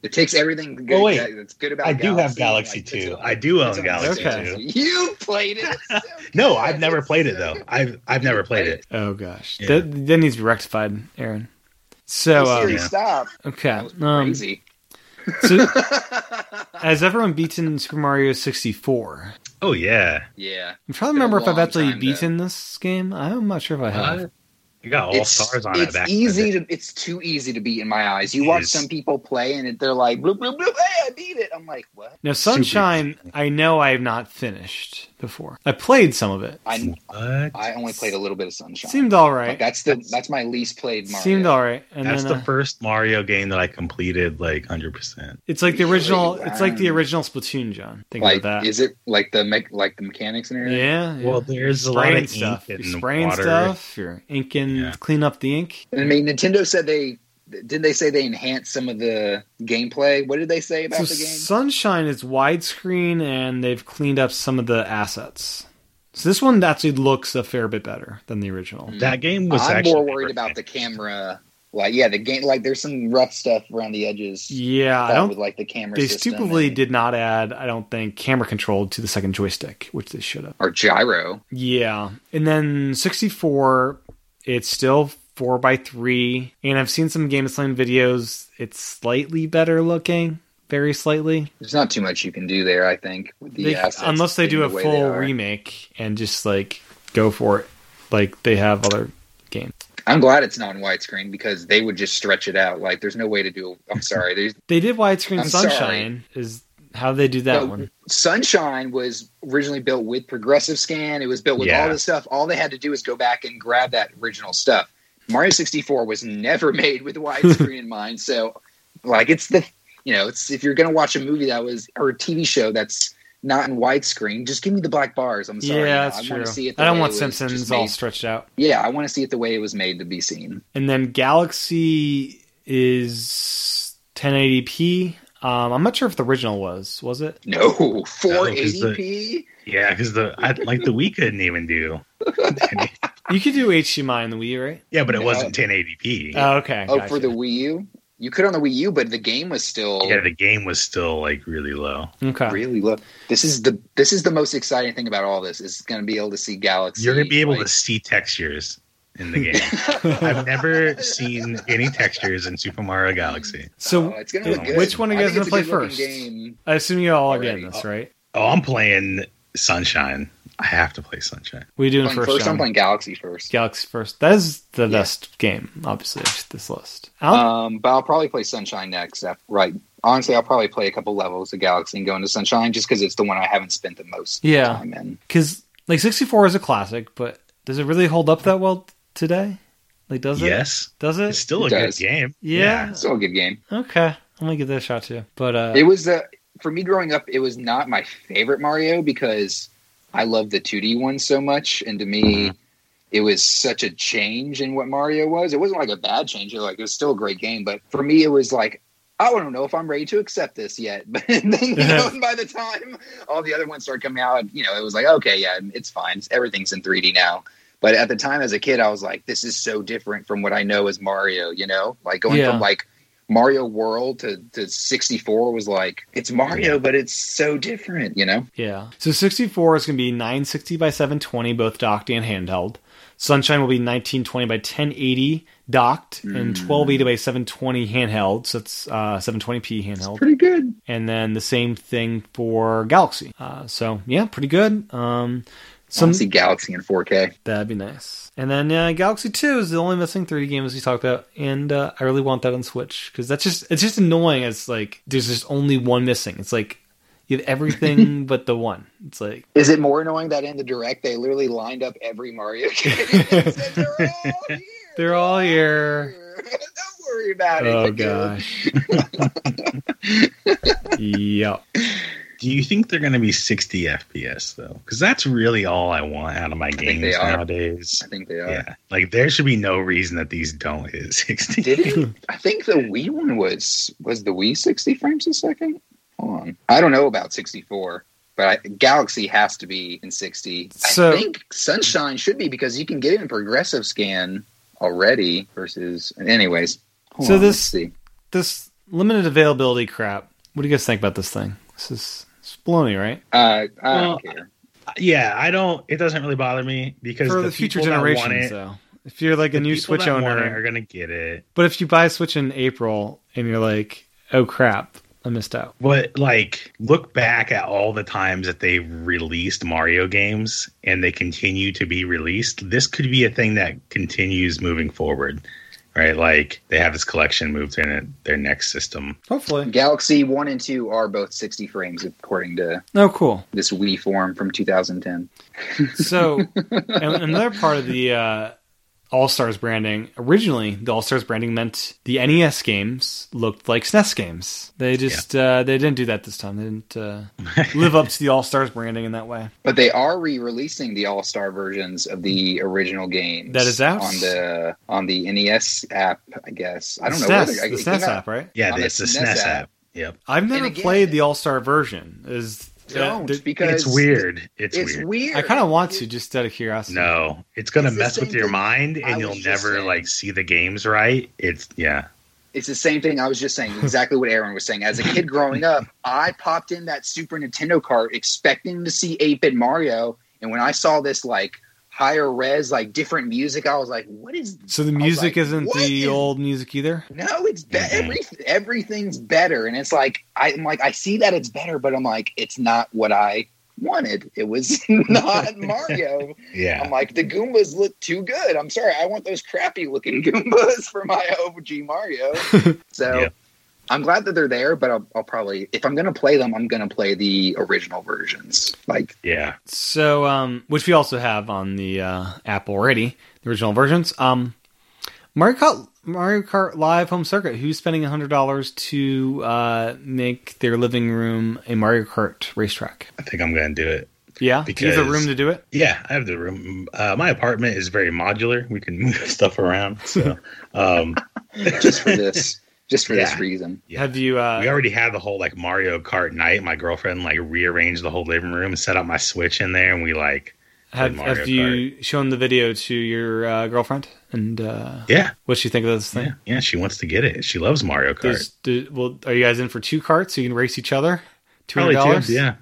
S2: It takes everything good
S3: Oh, wait.
S2: that- that's good about.
S3: I do have
S2: Galaxy
S3: Galaxy
S2: like,
S3: Two.
S2: it's-
S3: I do
S2: it's
S3: own
S2: on
S3: Galaxy
S1: Okay.
S3: Two.
S2: You played it. It's so
S3: No,
S2: good.
S3: I've never
S2: It's
S3: played it
S2: so
S3: though.
S2: good.
S3: I've I've never played it.
S1: Oh gosh,
S3: Yeah.
S1: that, that needs to be rectified, Aaron. So
S2: Siri,
S1: uh,
S3: Yeah.
S2: stop.
S1: okay,
S2: That was
S1: um,
S2: crazy.
S1: so, has everyone beaten Super Mario sixty four?
S3: Oh yeah,
S2: yeah,
S1: I'm trying to
S2: Been a
S1: remember if I've
S2: long
S1: actually
S2: time, though.
S1: beaten this game. I'm not sure if I have.
S3: Uh, you got all stars on
S2: it's
S3: it back.
S2: easy
S3: then.
S2: to. It's too easy to beat in my eyes. You
S3: It
S2: watch
S3: is.
S2: some people play, and it- they're like, bloop, bloop, bloop, "Hey, I beat it." I'm like, "What?"
S1: now, Sunshine, I know I have not finished before. I played some of it.
S2: I
S3: What?
S2: I only played a little bit of Sunshine.
S1: Seemed all
S2: Like,
S1: right.
S2: that's the that's my least played Mario.
S1: Seemed all right. And
S3: That's
S1: then,
S3: the
S1: uh,
S3: first Mario game that I completed like hundred percent.
S1: It's like the
S2: Really?
S1: original. It's like the
S2: Wow.
S1: original Splatoon, John. Think
S2: Like,
S1: about that.
S2: is it like the me- like the mechanics and
S1: Yeah,
S2: everything?
S1: yeah.
S3: Well, there's a lot
S1: spraying
S3: of
S1: stuff. You're
S3: ink and
S1: spraying
S3: water.
S1: stuff. You're inking.
S3: Yeah.
S1: Clean up the ink.
S2: I mean, Nintendo said they didn't they say they enhanced some of the gameplay. What did they say about
S1: So
S2: the game?
S1: Sunshine is widescreen, and they've cleaned up some of the assets. So this one actually looks a fair bit better than the original.
S2: Mm.
S3: That game was.
S2: I'm
S3: actually
S2: more worried
S3: never
S2: about the
S3: finished.
S2: camera. Like, yeah, the game. Like, there's some rough stuff around the edges.
S1: Yeah, I
S2: that
S1: don't.
S2: with like the camera.
S1: They
S2: system
S1: stupidly
S2: and-
S1: did not add. I don't think camera control to the second joystick, which they should have.
S2: or gyro.
S1: Yeah. And then 64, it's still 4 by 3 And I've seen some GameSlam videos. It's slightly better looking, very slightly.
S2: There's not too much you can do there. I think with the
S1: They-
S2: assets
S1: unless they
S2: being
S1: do a
S2: the way
S1: full
S2: they are.
S1: remake and just like go for it, like they have other games.
S2: I'm glad it's not in widescreen because they would just stretch it out. Like, there's no way to do. I'm sorry. There's
S1: They did widescreen
S2: I'm sorry.
S1: Sunshine, is how they do that
S2: But
S1: one.
S2: Sunshine was originally built with progressive scan. It was built with
S3: Yeah.
S2: all this stuff. All they had to do was go back and grab that original stuff. Mario 64 was never made with widescreen in mind. So, like, it's the, you know, it's if you're going to watch a movie that was, or a TV show that's not in widescreen, just give me the black bars. I'm sorry.
S1: yeah,
S2: you know,
S1: that's
S2: I wanna
S1: true.
S2: see it the
S1: I don't
S2: way
S1: want
S2: it was just
S1: Simpsons
S2: made-
S1: all stretched out.
S2: Yeah, I want to see it the way it was made to be seen.
S1: And then Galaxy is 1080p. Um, I'm not sure if the original was. Was it?
S2: No,
S3: is the-
S2: 480p?
S3: Yeah, because the I, like the Wii couldn't even do.
S1: You could do HDMI in the Wii, right?
S3: Yeah, but it
S2: No.
S3: wasn't 1080p.
S1: Oh, okay.
S2: oh,
S1: gotcha.
S2: for the Wii U? You could on the Wii U, but the game was still.
S3: yeah, the game was still like really low.
S1: okay.
S2: really look this is the this is the most exciting thing about all this is going to be able to see galaxy
S3: You're gonna be able to
S2: like-
S3: see textures in the game. I've never seen any textures in Super Mario Galaxy.
S1: So
S2: Oh, it's gonna look
S3: uh,
S2: good.
S1: which one are you
S2: I
S1: guys
S2: think it's
S1: gonna
S2: a
S1: play
S2: good-looking
S1: first?
S2: game.
S1: I assume you all are
S2: Already.
S1: getting this, right?
S3: Oh, I'm playing Sunshine. I have to play Sunshine.
S1: What are you doing
S2: Playing
S1: first,
S2: first
S1: John?
S2: i'm playing galaxy first
S1: Galaxy first. That is the
S2: Yeah.
S1: best game, obviously, of this list. Alan?
S2: um but i'll probably play sunshine next after, right honestly i'll probably play a couple levels of galaxy and go into sunshine just because it's the one i haven't spent the most
S1: Yeah.
S2: time in
S1: Because like 64 is a classic, but Does it really hold up that well today? Like, does it?
S3: yes,
S1: Does it?
S3: it's still
S2: It
S3: a
S2: does.
S3: good game.
S1: Yeah.
S2: It's still a good game.
S1: Okay. I'm gonna give that a shot too. But uh,
S2: It was uh, for me growing up. It was not my favorite Mario because I loved the 2D one so much, and to me, it was such a change in what Mario was. It wasn't like a bad change. It, like it was still a great game, but for me, it was like. I don't know if I'm ready to accept this yet, but then you know, and by the time all the other ones started coming out, you know, it was like, okay, yeah, it's fine. Everything's in 3D now. But at the time, as a kid, I was like, this is so different from what I know as Mario. You know, like going
S1: Yeah.
S2: from like Mario World to, to 64 was like, it's Mario, but it's so different, you know?
S1: Yeah. So 64 is going to be 960 by 720, both docked and handheld. Sunshine will be 1920 by 1080 docked and 1280 by 720 handheld. So it's uh, 720p handheld.
S2: Pretty good.
S1: and then the same thing for Galaxy. Uh, so yeah, pretty good. Um, some
S2: Some see Galaxy in 4K.
S1: that'd be nice. And then uh, Galaxy Two is the only missing 3D game as we talked about, and uh, I really want that on Switch because that's just it's just annoying. It's like there's just only one missing. It's like you have everything but the one. It's like
S2: Is it more annoying that in the direct they literally lined up every Mario game? and said, They're
S1: They're all
S2: all here.
S1: here.
S2: Don't worry about it.
S1: Oh
S2: They're good."
S1: gosh. yep.
S3: Do you think they're going to be 60 FPS though? Because that's really all I want out of my
S2: think
S3: games
S2: they are.
S3: nowadays.
S2: I think they are.
S3: Yeah, like there should be no reason that these don't hit 60.
S2: Did it? I think the Wii one was was the Wii 60 frames a second. Hold on, I don't know about 64, but I, Galaxy has to be in 60.
S1: So-
S2: I think Sunshine should be because you can get it in progressive scan already. Versus, anyways. Hold
S1: So
S2: on,
S1: this-
S2: let's see.
S1: This limited availability crap. What do you guys think about this thing? This is it's baloney, right?
S2: Uh, I
S3: Well,
S2: don't care.
S3: Yeah, I don't. It doesn't really bother me because
S1: For the,
S3: the,
S1: future
S3: people that want
S1: generations,
S3: it-
S1: though. If you're like a
S3: the
S1: new
S3: people
S1: Switch
S3: that want
S1: owner,
S3: it are gonna get it.
S1: but if you buy a Switch in April and you're like, oh crap, I missed out.
S3: But like, look back at all the times that they've released Mario games and they continue to be released. This could be a thing that continues moving forward, right? Like they have this collection moved in at their next system.
S1: Hopefully.
S2: Galaxy one and two are both 60 frames according to
S1: Oh, cool.
S2: this Wii form from 2010.
S1: So, and another part of the uh, All Stars branding originally, the All Stars branding meant the NES games looked like SNES games. They just uh, they didn't do that this time. They didn't uh, live up to the All Stars branding in that way.
S2: But they are re-releasing the All Star versions of the original games.
S1: That is out?
S2: on the on the NES app, I guess. I don't know.
S1: SNES,
S2: whether- I-
S1: the
S2: it
S1: SNES
S2: came out-
S1: app, right?
S3: Yeah,
S2: On the
S3: it's the
S2: SNES
S3: SNES
S2: app.
S3: app. Yep,
S1: I've never
S2: again-
S1: played the All Star version. Is uh,
S2: Don't
S1: th-
S2: because
S3: it's weird. It's,
S2: It's
S3: weird.
S2: weird.
S1: I kind of want to just out of curiosity.
S3: No, it's gonna
S2: It's the
S3: mess with
S2: same
S3: your
S2: thing
S3: mind,
S2: I
S3: and you'll
S2: was just
S3: never
S2: saying.
S3: like see the games right. It's yeah,
S2: It's the same thing I was just saying, exactly what Aaron was saying. As a kid growing up, I popped in that Super Nintendo cart expecting to see 8 bit Mario. And when I saw this like higher res, like different music, I was like, what is
S1: So the
S2: was
S1: music
S2: like,
S1: isn't
S2: "What
S1: the
S2: is-
S1: old music either.
S2: No, it's be-
S1: Mm-hmm.
S3: Mhm.
S2: every, everything's better, and it's like I, am like I see that it's better, but I'm like it's not what I wanted. It was not Mario. I'm
S3: yeah.
S2: like the Goombas look too good. I'm sorry, I want those crappy looking Goombas for my OG Mario. So
S3: Yeah.
S2: I'm glad that they're there, but I'll, I'll probably if I'm gonna play them, I'm gonna play the original versions. Like
S3: Yeah,
S1: So, um, which we also have on the uh, app already, the original versions. Um, Mario Kart, Mario Kart Live Home Circuit. Who's spending hundred dollars to uh, make their living room a Mario Kart racetrack?
S3: I think I'm gonna do it.
S1: Yeah, do you have the
S3: Because-
S1: room to do it?
S3: Yeah, I have the room. Uh, my apartment is very modular. We can move stuff around. So, um,
S2: just for this, just for this
S3: Yeah.
S2: reason.
S3: Yeah.
S1: Have you? Uh,
S3: we already had the whole like Mario Kart night. My girlfriend like rearranged the whole living room and set up my Switch in there, and we like,
S1: have,
S3: Mario
S1: have you shown the video to your uh, girlfriend and uh,
S3: yeah,
S1: what she think of this thing?
S3: yeah, yeah. She wants to get it. She loves Mario Kart.
S1: There's, do, well, are you guys in for two carts so you can race each other? Two
S3: Probably
S1: hundred
S3: two,
S1: dollars.
S3: Yeah,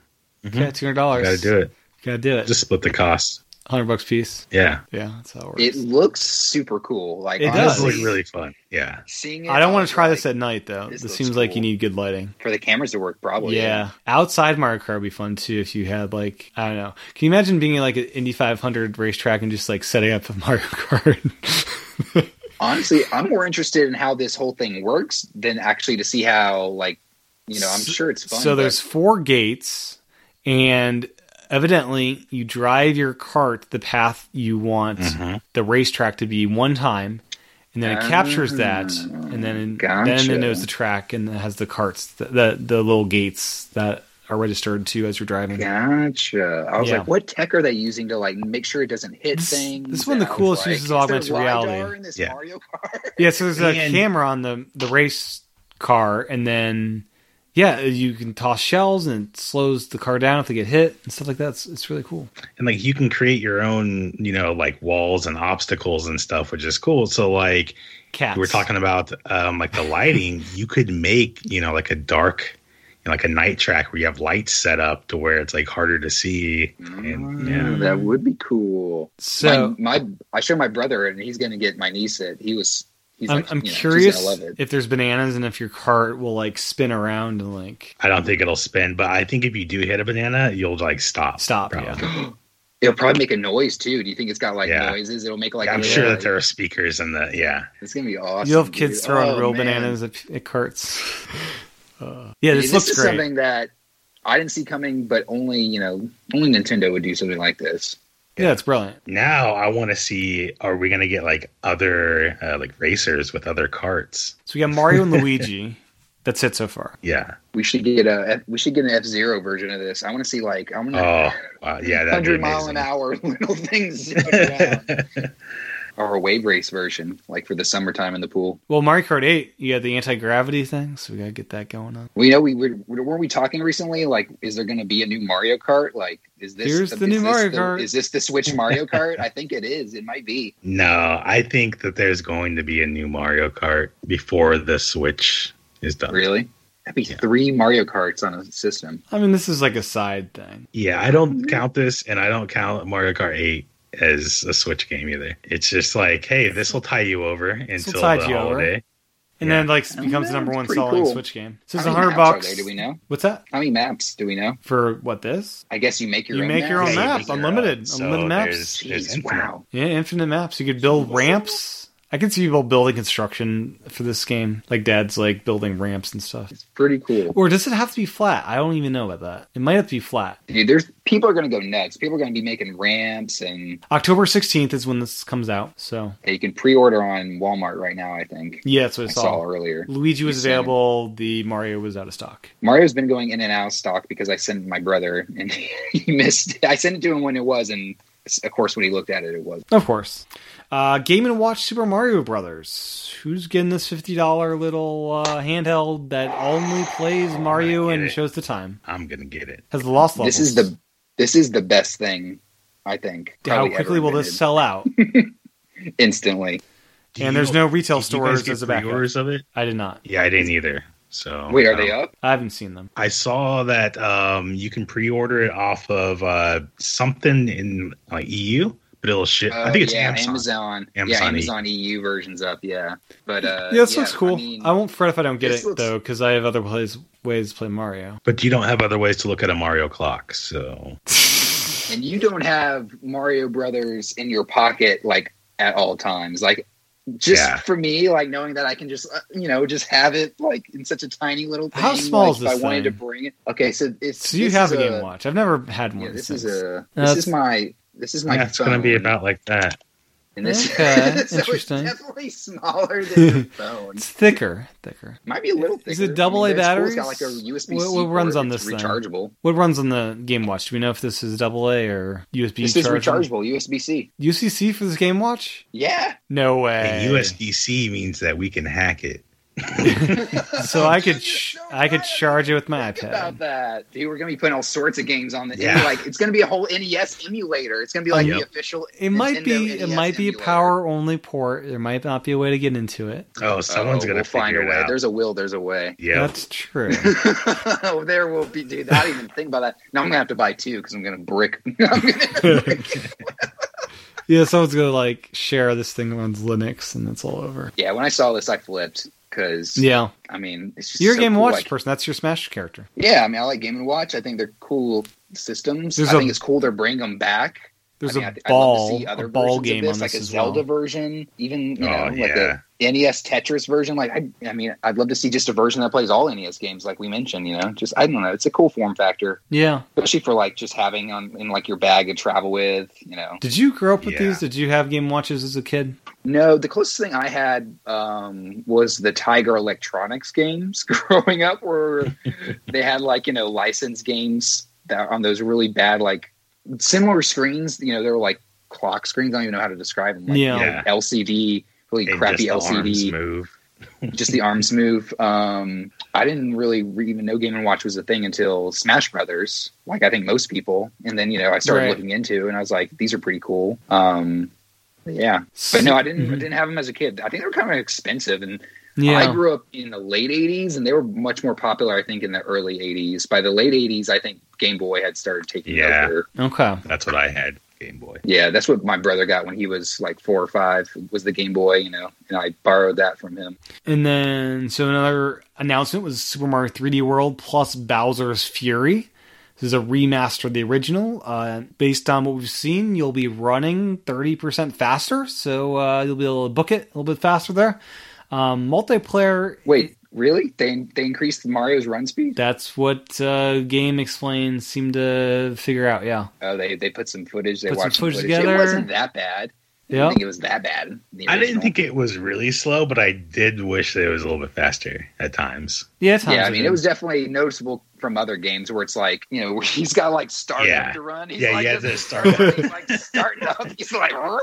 S3: Mm-hmm.
S1: Okay, two hundred dollars.
S3: gotta do it.
S1: Gotta do it. Just
S3: Just split the cost.
S1: hundred bucks piece.
S3: Yeah,
S1: Yeah, that's how it works.
S2: It looks super cool. Like
S1: It
S3: it
S1: does.
S3: does
S2: honestly,
S3: look really fun. Yeah,
S2: Seeing it,
S1: I don't want
S2: was
S1: to try
S2: like-
S1: this at night though. This,
S2: this looks
S1: seems like you
S2: cool. Oh,
S1: need good lighting.
S2: for the cameras to work probably
S1: yeah. Outside Mario Kart would be fun too if you had like I don't know. Can you imagine being at, like an Indy 500 racetrack and just like setting up a Mario Kart?
S2: honestly i'm more interested in how this whole thing works than actually to see how like you know i'm
S1: S-
S2: sure it's fun
S1: so
S2: but
S1: there's four gates and evidently you drive your cart the path you want
S2: Mm-hmm.
S3: Mhm.
S1: the racetrack to be one time, and then it captures that, and then then
S2: Gotcha.
S1: it knows the track and it has the carts, the, the the little gates that are registered to you as you're driving.
S2: Gotcha. I was
S1: Yeah.
S2: like, what tech are they using to like make sure it doesn't hit
S1: This-
S2: things?
S1: this is one of the
S2: And I was
S1: coolest uses of
S2: is there
S1: augmented
S2: LiDAR
S1: reality.
S2: In this
S3: Yeah.
S2: Mario Kart?
S1: Yeah, so there's a
S3: And-
S1: camera on the the race car, and then yeah, you can toss shells and it slows the car down if they get hit and stuff like that. It's, it's really cool.
S3: and like you can create your own you know like walls and obstacles and stuff which is cool so like
S1: Cats.
S3: we were talking about um like the lighting you could make you know like a dark you know, like a night track where you have lights set up to where it's like harder to see and yeah
S2: Mm, that would be cool.
S1: so.
S2: my, my I show my brother and he's gonna get my niece it. He was. He's
S1: I'm,
S2: like,
S1: I'm
S2: you know, she's
S1: curious
S2: gonna love it.
S1: if there's bananas and if your cart will like spin around and like
S3: i don't think it'll spin but i think if you do hit a banana you'll like stop
S1: stop.
S3: probably.
S1: Yeah.
S2: It'll probably make a noise too. Do you think it's got like
S3: Yeah.
S2: noises? It'll make like.
S3: i'm
S2: a-
S3: sure that there are speakers in the yeah
S2: It's gonna be awesome.
S1: You'll have kids
S2: dude.
S1: throwing
S2: Oh,
S1: real
S2: man.
S1: bananas at, at carts. Uh, yeah,
S2: I mean,
S1: this looks
S2: is
S1: great.
S2: something that I didn't see coming, but only you know, only Nintendo would do something like this.
S1: Yeah, it's brilliant.
S3: now i want to see are we going to get like other uh, like racers with other carts
S1: So we got Mario and Luigi. That's it so far.
S3: yeah
S2: We should get a we should get an F Zero version of this. I want to see like I want to
S3: oh wow. yeah that'd be
S2: hundred mile an
S3: amazing
S2: hour little things zipping around. or a wave race version, like for the summertime in the pool.
S1: Well, Mario Kart 8, you got the anti gravity thing, so we got to get that going on.
S2: We know we were weren't we talking recently? Like, is there going to be a new Mario Kart? Like, is this
S1: Here's the new
S2: is this
S1: Mario
S2: the-
S1: Kart.
S2: Is this the Switch Mario Kart? I think it is. It might be.
S3: No, I think that there's going to be a new Mario Kart before the Switch is done.
S2: Really, that'd be
S3: Oh. Yeah.
S2: three Mario Karts on a system.
S1: I mean, this is like a side thing.
S3: Yeah, I
S2: Mm-hmm.
S3: don't count this, and I don't count Mario Kart 8 as a Switch game either. It's just like, hey, this will tie you over until
S1: tide
S3: the
S1: you over.
S3: holiday.
S1: And
S3: Yeah.
S1: then, like,
S2: I don't
S1: becomes the
S2: know,
S1: number
S2: it's
S1: one
S2: pretty
S1: selling
S2: cool.
S1: Switch game. So it's
S2: How many
S1: 100
S2: maps are
S1: bucks.
S2: there, do we know?
S1: What's that?
S2: How many maps do we know?
S1: For what this?
S2: I guess you make your
S1: You
S2: own
S1: make
S2: map.
S1: your own
S3: Yeah, you
S1: map,
S3: figure it
S1: unlimited-
S3: out.
S1: unlimited maps.
S3: there's- there's
S2: Jeez,
S3: infinite.
S2: wow.
S1: Yeah, infinite maps. You could build ramps. I can see people building construction for this game. Like, dad's like building ramps and stuff.
S2: It's pretty cool.
S1: Or does it have to be flat? I don't even know about that. It might have to be flat.
S2: Dude, there's people are going to go nuts. People are going to be making ramps and
S1: October 16th is when this comes out. So,
S2: yeah, you can pre-order on Walmart right now, I think.
S1: yeah, that's what
S2: I
S1: I
S2: saw
S1: saw.
S2: earlier.
S1: Luigi
S2: You
S1: was
S2: seen it.
S1: available. The Mario was out of stock.
S2: Mario's been going in and out of stock because I sent my brother and he missed it. I sent it to him when it was and of course when he looked at it it was.
S1: Of course. Uh, Game and Watch Super Mario Brothers. Who's getting this fifty dollar little uh, handheld that only plays Mario
S3: Oh, get
S1: and
S3: it.
S1: shows the time?
S3: I'm going to get it.
S1: Has the lost levels.
S2: This is the this is the best thing I think.
S1: How
S2: probably ever
S1: quickly will this
S2: invented.
S1: sell out?
S2: instantly?
S3: Do
S1: and
S3: you-
S1: there's no
S3: did
S1: retail
S3: you guys
S1: stores
S3: get
S1: as a backup.
S3: pre-orders of it?
S1: I did not.
S3: Yeah, I didn't either. So
S2: Wait, are
S3: um,
S2: they up?
S1: I haven't seen them.
S3: I saw that um, you can pre-order it off of uh, something in like EU, but it'll ship. I
S2: Oh,
S3: think it's
S2: yeah,
S3: Amazon.
S2: Amazon. Yeah,
S3: Amazon E.
S2: Amazon EU versions up, yeah. But uh
S1: yeah, this looks cool. I,
S2: I mean,
S1: won't fret if I don't get
S2: this
S1: it
S2: looks-
S1: though, because I have other ways ways to play Mario.
S3: But you don't have other ways to look at a Mario clock, so
S2: and you don't have Mario Brothers in your pocket like at all times. Like just
S3: Yeah.
S2: for me, like knowing that I can just uh, you know just have it like in such a tiny little thing.
S1: How small
S2: like,
S1: is
S2: if
S1: this
S2: I wanted to
S1: thing?
S2: bring it. Okay, so it's
S1: So you
S2: this
S1: have
S2: is
S1: a Game and Watch. I've never had one.
S2: Yeah,
S1: of
S2: this
S1: these
S2: is
S1: things.
S2: a
S1: No,
S2: this
S1: it's-
S2: is my this is my.
S3: yeah, it's going to be
S2: phone,
S3: about like that.
S2: and this
S1: Okay,
S2: so
S1: interesting.
S2: It's definitely smaller than your phone.
S1: It's thicker, thicker.
S2: Might be a little thicker.
S1: Is it double A
S2: I mean, that's cool. It's got like
S1: batteries?
S2: a USB.
S1: What- what runs on this thing?
S2: Rechargeable.
S1: What runs on the Game Watch? Do we know if this is AA or USB
S2: This is
S1: charging?
S2: rechargeable USB C.
S1: UCC for this Game Watch?
S2: Yeah.
S1: No way.
S3: And USDC means that we can hack it.
S1: So I could
S2: Just
S1: ch-
S2: so
S1: I could
S2: right
S1: charge it with my
S2: Think about
S1: iPad.
S2: that. Dude, we're gonna be putting all sorts of games on the
S3: Yeah.
S2: like it's gonna be a whole NES emulator. It's gonna be like
S3: Yep.
S2: the official.
S1: It might be
S2: Nintendo E
S1: it
S2: NES
S1: might be a
S2: emulator.
S1: power only port. There might not be a way to get into it.
S3: Oh, someone's
S2: Oh,
S3: going to
S2: we'll find
S3: figure
S2: a
S3: it
S2: way.
S3: out.
S2: There's a will. There's a way.
S3: Yeah,
S1: That's true.
S2: oh, there will be, dude. I didn't even think about that. Now I'm gonna have to buy two because I'm gonna brick. I'm gonna brick.
S1: yeah, someone's gonna like share this thing on Linux and it's all over.
S2: yeah, when I saw this, I flipped because
S1: Yeah.
S2: I mean, it's just
S1: You're a
S2: so
S1: Game
S2: cool.
S1: Watch
S2: Like,
S1: person. That's your Smash character.
S2: yeah, I mean, I like Game and Watch. I think they're cool systems.
S1: There's
S2: I
S1: a-
S2: think it's cool they're bringing them back.
S1: There's
S2: I mean,
S1: a
S2: I- I'd love to
S1: ball,
S2: see other
S1: a ball
S2: versions of
S1: game
S2: this,
S1: on
S2: like
S1: this
S2: a
S1: as
S2: Zelda
S1: well.
S2: version, even you
S3: Oh,
S2: know, like
S3: yeah.
S2: a NES Tetris version. Like, I, I mean, I'd love to see just a version that plays all NES games, like we mentioned. You know, just I don't know, it's a cool form factor,
S1: Yeah.
S2: especially for like just having on in like your bag to travel with. You know,
S1: Did you grow up with
S3: Yeah.
S1: these? Did you have Game Watches as a kid?
S2: no, the closest thing I had um, was the Tiger Electronics games growing up, where they had like you know licensed games that on those really bad like similar screens. You know, they were like clock screens. I don't even know how to describe them. Like,
S1: Yeah.
S3: Yeah.
S2: LCD, really
S3: And
S2: crappy
S3: just the arms
S2: LCD,
S3: move.
S2: just the arms move. Um, I didn't really re- even know Game and Watch was a thing until Smash Brothers, like I think most people. And then you know I started
S1: Right.
S2: looking into, it and I was like, these are pretty cool. Um, yeah, but no, I didn't. I
S1: Mhm.
S2: didn't have them as a kid. I think they were kind of expensive, and
S1: Yeah.
S2: I grew up in the late '80s, and they were much more popular. I think in the early '80s. By the late '80s, I think Game Boy had started taking
S3: Yeah.
S2: over.
S1: okay.
S3: That's what I had. Game Boy.
S2: Yeah, that's what my brother got when he was like four or five. Was the Game Boy, you know, and I borrowed that from him.
S1: And then, so another announcement was Super Mario 3D World plus Bowser's Fury. This is a remaster of the original. Uh, based on what we've seen, you'll be running 30% faster, so uh, you'll be able to book it a little bit faster there. Um, multiplayer.
S2: Wait, really? They they increased Mario's run speed?
S1: That's what uh, Game Explains seemed to figure out, yeah.
S2: Oh, they they put some footage. They
S1: Put some
S2: watched
S1: footage
S2: some footage.
S1: together.
S2: It wasn't that bad. I
S1: Yeah.
S2: didn't think it was that bad. in the
S3: I didn't
S2: original.
S3: think it was really slow, but I did wish that it was a little bit faster at times.
S1: Yeah, times
S2: Yeah, I
S1: are
S2: mean,
S1: good.
S2: it was definitely noticeable from other games where it's like, you know, where he's got like starting
S3: Yeah.
S2: up to run. He's
S3: Yeah,
S2: like,
S3: he has
S2: this
S3: a
S2: is
S3: start up.
S2: He's like starting up. He's like,
S1: Uh,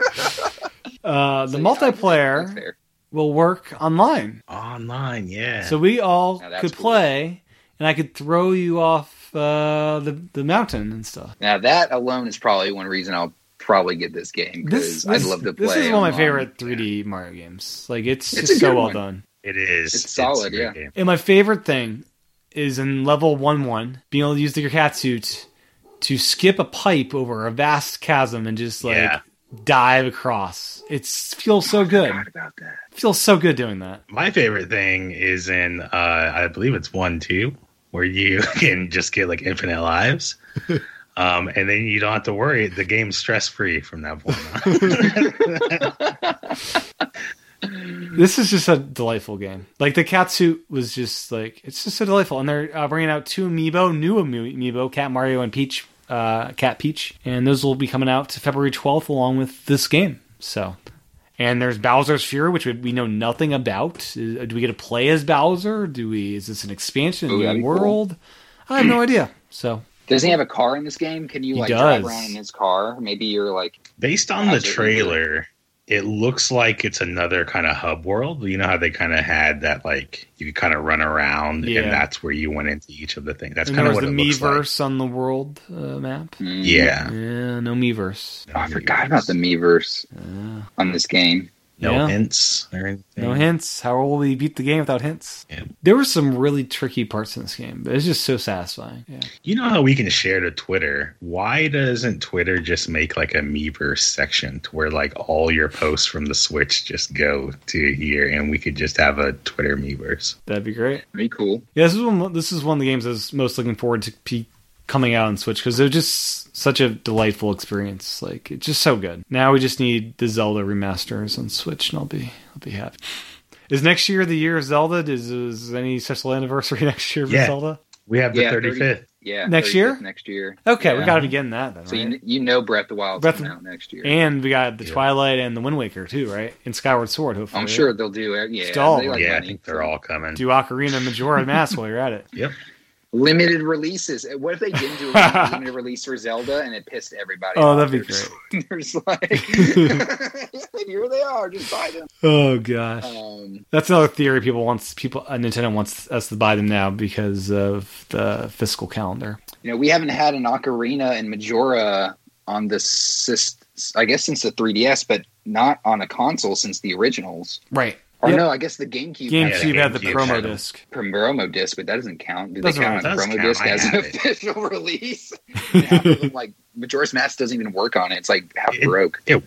S1: the
S2: So, yeah, that's
S1: multiplayer
S2: fair.
S1: will work online.
S3: Online, yeah.
S1: So we all
S2: Now that's
S1: could
S2: cool.
S1: play, and I could throw you off uh, the, the mountain and stuff.
S2: Now that alone is probably one reason I'll probably get this game
S1: This,
S2: because
S1: this,
S2: I'd love to play.
S1: this is one of my
S2: online.
S1: favorite 3D Mario games. Like, it's,
S2: It's
S1: just
S2: a
S1: so
S2: good
S1: well
S2: one.
S1: done.
S3: it is.
S2: It's solid,
S3: a great
S2: yeah.
S3: game.
S1: And my favorite thing is in level 1 1, being able to use your cat suit to skip a pipe over a vast chasm and just, like,
S3: Yeah.
S1: dive across. It feels
S2: Oh
S1: so good.
S2: Forgot about that.
S1: feels so good doing that.
S3: My favorite thing is in, uh, I believe it's one, two, where you can just get like infinite lives. Um, and then you don't have to worry. The game's stress free from that point on.
S1: This is just a delightful game. Like the cat suit was just like it's just so delightful, and they're uh, bringing out two amiibo, new ami- amiibo, Cat Mario and Peach, uh, Cat Peach, and those will be coming out to February twelfth along with this game. So, and there's Bowser's Fury, which we- we know nothing about. Uh, Do we get to play as Bowser? Do we? Is this an expansion?
S2: Ooh,
S1: A
S2: that'd
S1: new
S2: be cool.
S1: world? I have no idea. So
S2: Does he have a car in this game? Can you
S1: He
S2: like
S1: does.
S2: drive around in his car? Maybe you're like,
S3: Based on the
S2: Absolutely.
S3: trailer, it looks like it's another kind of hub world. You know how they kind of had that, like, you could kind of run around
S1: Yeah.
S3: and that's where you went into each of the things. That's
S1: and
S3: kind
S1: there
S3: of
S1: was
S3: what
S1: the
S3: it looks like.
S1: Miiverse on the world uh, map.
S2: mm,
S3: Yeah.
S1: Yeah, no Miiverse.
S2: Oh, I forgot about the Miiverse
S1: Uh,
S2: on this game.
S3: No
S1: Yeah.
S3: hints or anything.
S1: No hints. How will we beat the game without hints?
S3: Yeah.
S1: There were some really tricky parts in this game, but it's just so satisfying. Yeah.
S3: You know how we can share to Twitter? Why doesn't Twitter just make like a Meverse section to where like all your posts from the Switch just go to here and we could just have a Twitter Meverse?
S1: That'd be great.
S2: Pretty cool.
S1: Yeah, this is one. This is one of the games I was most looking forward to pe- coming out on Switch because it was just such a delightful experience. Like it's just so good. Now we just need the Zelda remasters on Switch, and I'll be I'll be happy. Is next year the year of Zelda? Is, is any special anniversary next year for
S3: Yeah.
S1: Zelda?
S3: We have the
S2: Yeah,
S3: 35th.
S2: 30. Yeah.
S1: Next year?
S2: 35th Next year.
S1: Okay, we
S3: Yeah.
S1: got to be getting that then.
S2: So
S1: right?
S2: you, you know Breath of the Wild's
S1: Breath
S2: coming
S1: of-
S2: out next year.
S1: and we got the
S3: Yeah.
S1: Twilight and the Wind Waker too, right? And Skyward Sword, hopefully.
S2: I'm
S1: right?
S2: sure they'll do it. Yeah,
S1: Stall.
S2: they like
S3: yeah, I
S2: money.
S3: think they're all coming.
S1: do Ocarina and Majora Mask while you're at it.
S2: limited releases. What if they didn't do a limited release for Zelda and it pissed everybody?
S1: Oh,
S2: off?
S1: that'd be
S2: They're just- They're just like, here they are, just buy them.
S1: Oh gosh,
S2: Um,
S1: that's another theory. People wants people uh, Nintendo wants us to buy them now because of the fiscal calendar.
S2: you know, we haven't had an Ocarina and Majora on the syst- I guess since the 3DS, but not on a console since the originals.
S1: Right.
S2: Or
S1: Yep.
S2: no, I guess the GameCube.
S1: GameCube
S2: had
S3: Yeah, the
S1: had the
S3: GameCube
S1: promo
S3: had them.
S1: disc.
S2: a Promo disc, but that doesn't count. Do
S1: Doesn't
S2: they count
S1: really-
S2: on
S3: does
S2: promo
S3: count.
S2: disc
S3: I
S2: as an
S3: have it.
S2: official release? And half of them, like Majora's Mask doesn't even work on it. It's like half
S3: It-
S2: broke.
S3: It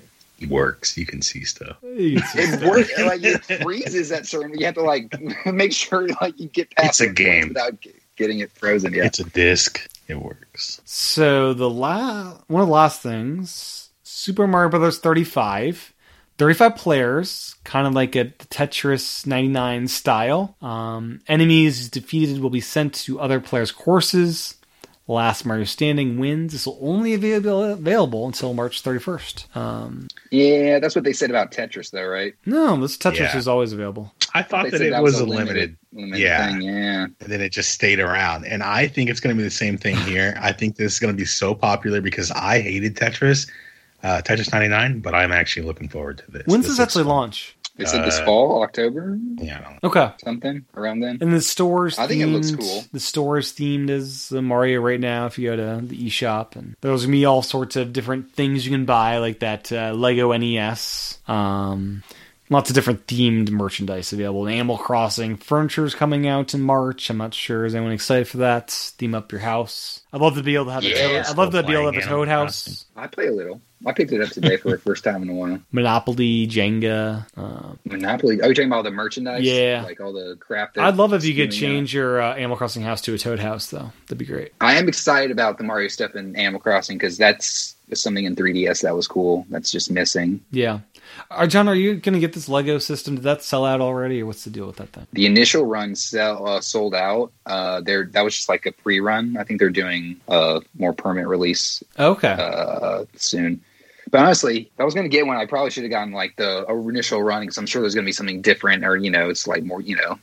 S3: works. You can see stuff.
S1: You can see
S2: it
S1: that.
S2: works like it freezes at certain you have to like make sure like you get past
S3: It's a
S2: certain
S3: game.
S2: points without g- getting it frozen yeah
S3: It's a disc. it works.
S1: So the la one of the last things, Super Mario Brothers 35, 35 players, kind of like a Tetris 99 style. Um, enemies defeated will be sent to other players' courses. Last Mario Standing wins. This will only be avail- available until March 31st. Um,
S2: Yeah, that's what they said about Tetris, though, right?
S1: no, this Tetris
S3: Yeah.
S1: is always available.
S3: I thought
S2: They
S3: that
S2: said
S3: it was,
S2: a
S3: a limited,
S2: limited
S3: yeah.
S2: thing, yeah.
S3: and then it just stayed around. And I think it's going to be the same thing here. I think this is going to be so popular because I hated Tetris, uh, Tetris 99, but I'm actually looking forward to this.
S1: When's this
S3: looks
S1: actually
S3: fun.
S1: launch?
S2: They said this
S3: Uh,
S2: fall, October,
S3: Yeah, I don't know.
S1: Okay.
S2: something around then.
S1: And the store's
S2: I think
S1: themed,
S2: it looks cool.
S1: The store's themed as uh, Mario right now. If you go to the eShop, and there's gonna be all sorts of different things you can buy, like that uh, Lego NES. Um, lots of different themed merchandise available. Animal Crossing furniture's coming out in March. I'm not sure is anyone excited for that. Theme up your house. I'd love to be able to have a
S2: Yeah.
S1: toad. I'd love to be able to have a
S3: Playing
S1: toad
S3: Animal
S1: house.
S2: I play a little. I picked it up today for the first time in a while.
S1: Monopoly, Jenga. Uh,
S2: Monopoly. Are you talking about all the merchandise?
S1: Yeah.
S2: like all the crap. That
S1: I'd love if you
S2: that's
S1: could
S2: coming out?
S1: change your uh, Animal Crossing house to a toad house, though. That'd be great.
S2: I am excited about the Mario stuff in Animal Crossing because that's something in 3DS that was cool. That's just missing.
S1: Yeah. Are, Uh, John, are you going to get this Lego system? Did that sell out already, or what's the deal with that thing?
S2: The initial run sell, uh, sold out. Uh, there, that was just like a pre-run. I think they're doing a more permanent release
S1: Okay.
S2: uh, soon. But honestly, if I was going to get one, I probably should have gotten like the initial run because I'm sure there's going to be something different, or you know, it's like more, you know,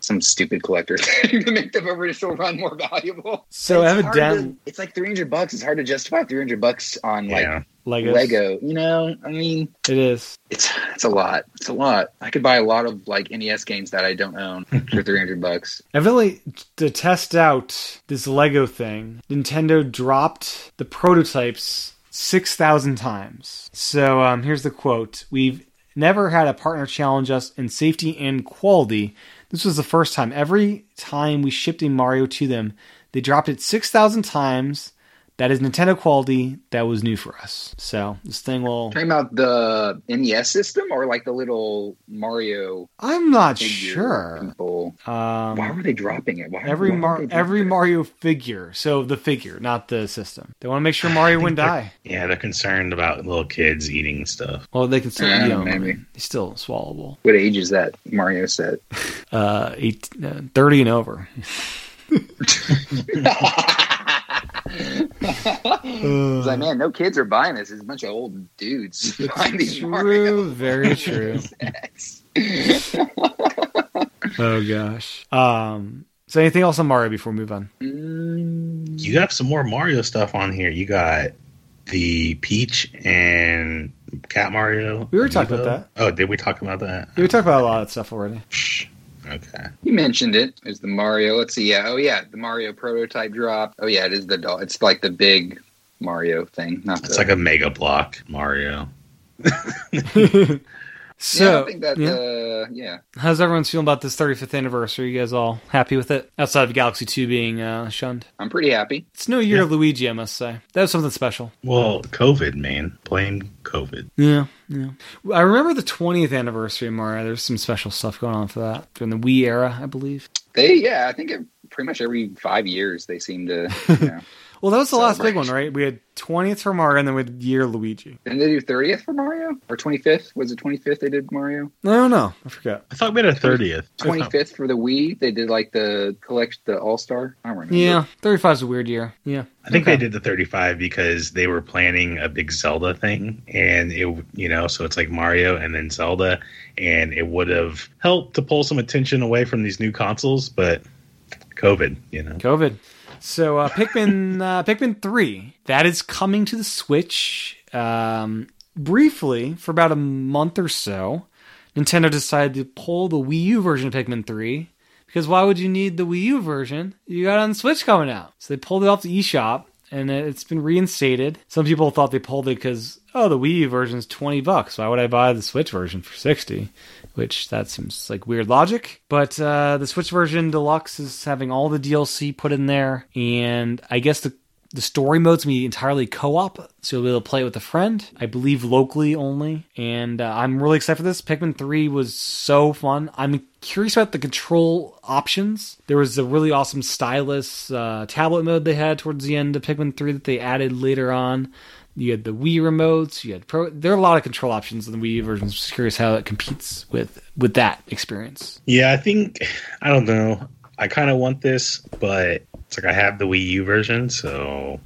S2: some stupid collector thing to make the original run more valuable.
S1: so I
S2: It's
S1: have a
S2: hard to-
S1: down
S2: It's like 300 bucks. It's hard to justify 300 bucks on like
S3: yeah.
S1: Legos.
S2: Lego. You know, I mean,
S1: It is.
S2: it's it's a lot. It's a lot. I could buy a lot of like NES games that I don't own for 300 bucks.
S1: And really, to test out this Lego thing, Nintendo dropped the prototypes 6,000 times. So um, here's the quote We've never had a partner challenge us in safety and quality. This was the first time. Every time we shipped a Mario to them, they dropped it 6,000 times. That is Nintendo quality. That was new for us. So this thing will.
S2: Talking about the NES system or like the little Mario
S1: I'm not
S2: figure
S1: sure.
S2: people.
S1: Um,
S2: Why were they dropping it? Why,
S1: Every
S2: why were
S1: Mar-
S2: they dropping
S1: every
S2: it?
S1: Mario figure, so the figure, not the system. They want to make sure Mario wouldn't die.
S3: Yeah, they're concerned about little kids eating stuff.
S1: Well, they can still
S2: Yeah,
S1: eat him. I
S2: maybe.
S1: mean, he's still swallowable.
S2: What age is that Mario set?
S1: Uh, eight, uh, 30 and over.
S2: It's like, man, no kids are buying this. It's a bunch of old dudes buying these Mario.
S1: true, very true.
S2: sets.
S1: Oh gosh. Um. So anything else on Mario before we move on?
S2: Mm,
S3: You have some more Mario stuff on here. You got the Peach and Cat Mario.
S1: We already talked about
S3: Amiibo. Oh, did we talk about that?
S1: Yeah, we talked about a lot of stuff already.
S3: Okay.
S2: You mentioned it. There's the Mario. Let's see. Yeah. Oh, yeah. The Mario prototype drop. Oh, yeah. It is the doll. It's like the big Mario thing. Not
S3: It's
S2: the,
S3: like a mega block Mario.
S1: so
S2: yeah, I think that.
S1: yeah.
S2: Uh, yeah.
S1: how's everyone's feeling about this 35th anniversary? You guys all happy with it? Outside of Galaxy 2 being uh, shunned,
S2: I'm pretty happy.
S1: it's no year
S3: Yeah.
S1: of Luigi, I must say. That was something special.
S3: Well, COVID, man. Blame COVID.
S1: Yeah, yeah. I remember the 20th anniversary of Mario. There's some special stuff going on for that during the Wii era, I believe.
S2: They. Yeah. I think it, pretty much every five years they seem to. You know.
S1: Well, that was the last big one,
S2: Celebration.
S1: right? We had 20th for Mario, and then we had year Luigi.
S2: Didn't they do 30th for Mario or 25th? Was it 25th they did Mario?
S1: I don't know. I forgot.
S3: I thought we had a 30th.
S2: 25th for the Wii. They did like the collect the All Star. I don't remember.
S1: Yeah, 35 is a weird year. Yeah,
S3: I think
S1: Okay.
S3: they did the 35 because they were planning a big Zelda thing, and it, you know, so it's like Mario and then Zelda, and it would have helped to pull some attention away from these new consoles, but COVID, you know.
S1: COVID. So uh, Pikmin, uh, Pikmin 3, that is coming to the Switch. Um, briefly, for about a month or so, Nintendo decided to pull the Wii U version of Pikmin 3 because why would you need the Wii U version? You got it on the Switch coming out. So they pulled it off the eShop and it- it's been reinstated. Some people thought they pulled it because, oh, the Wii U version is 20 bucks. Why would I buy the Switch version for 60? Which that seems like weird logic. But uh, the Switch version deluxe is having all the DLC put in there. And I guess the the story mode's gonna be entirely co-op, so you'll be able to play it with a friend. I believe locally only, and uh, I'm really excited for this. Pikmin 3 was so fun. I'm curious about the control options. There was a really awesome stylus uh, tablet mode they had towards the end of Pikmin 3 that they added later on. You had the Wii remotes. You had pro. There are a lot of control options in the Wii version. I'm just curious how it competes with with that experience.
S3: Yeah, I think I don't know. I kind of want this, but it's like I have the Wii U version, so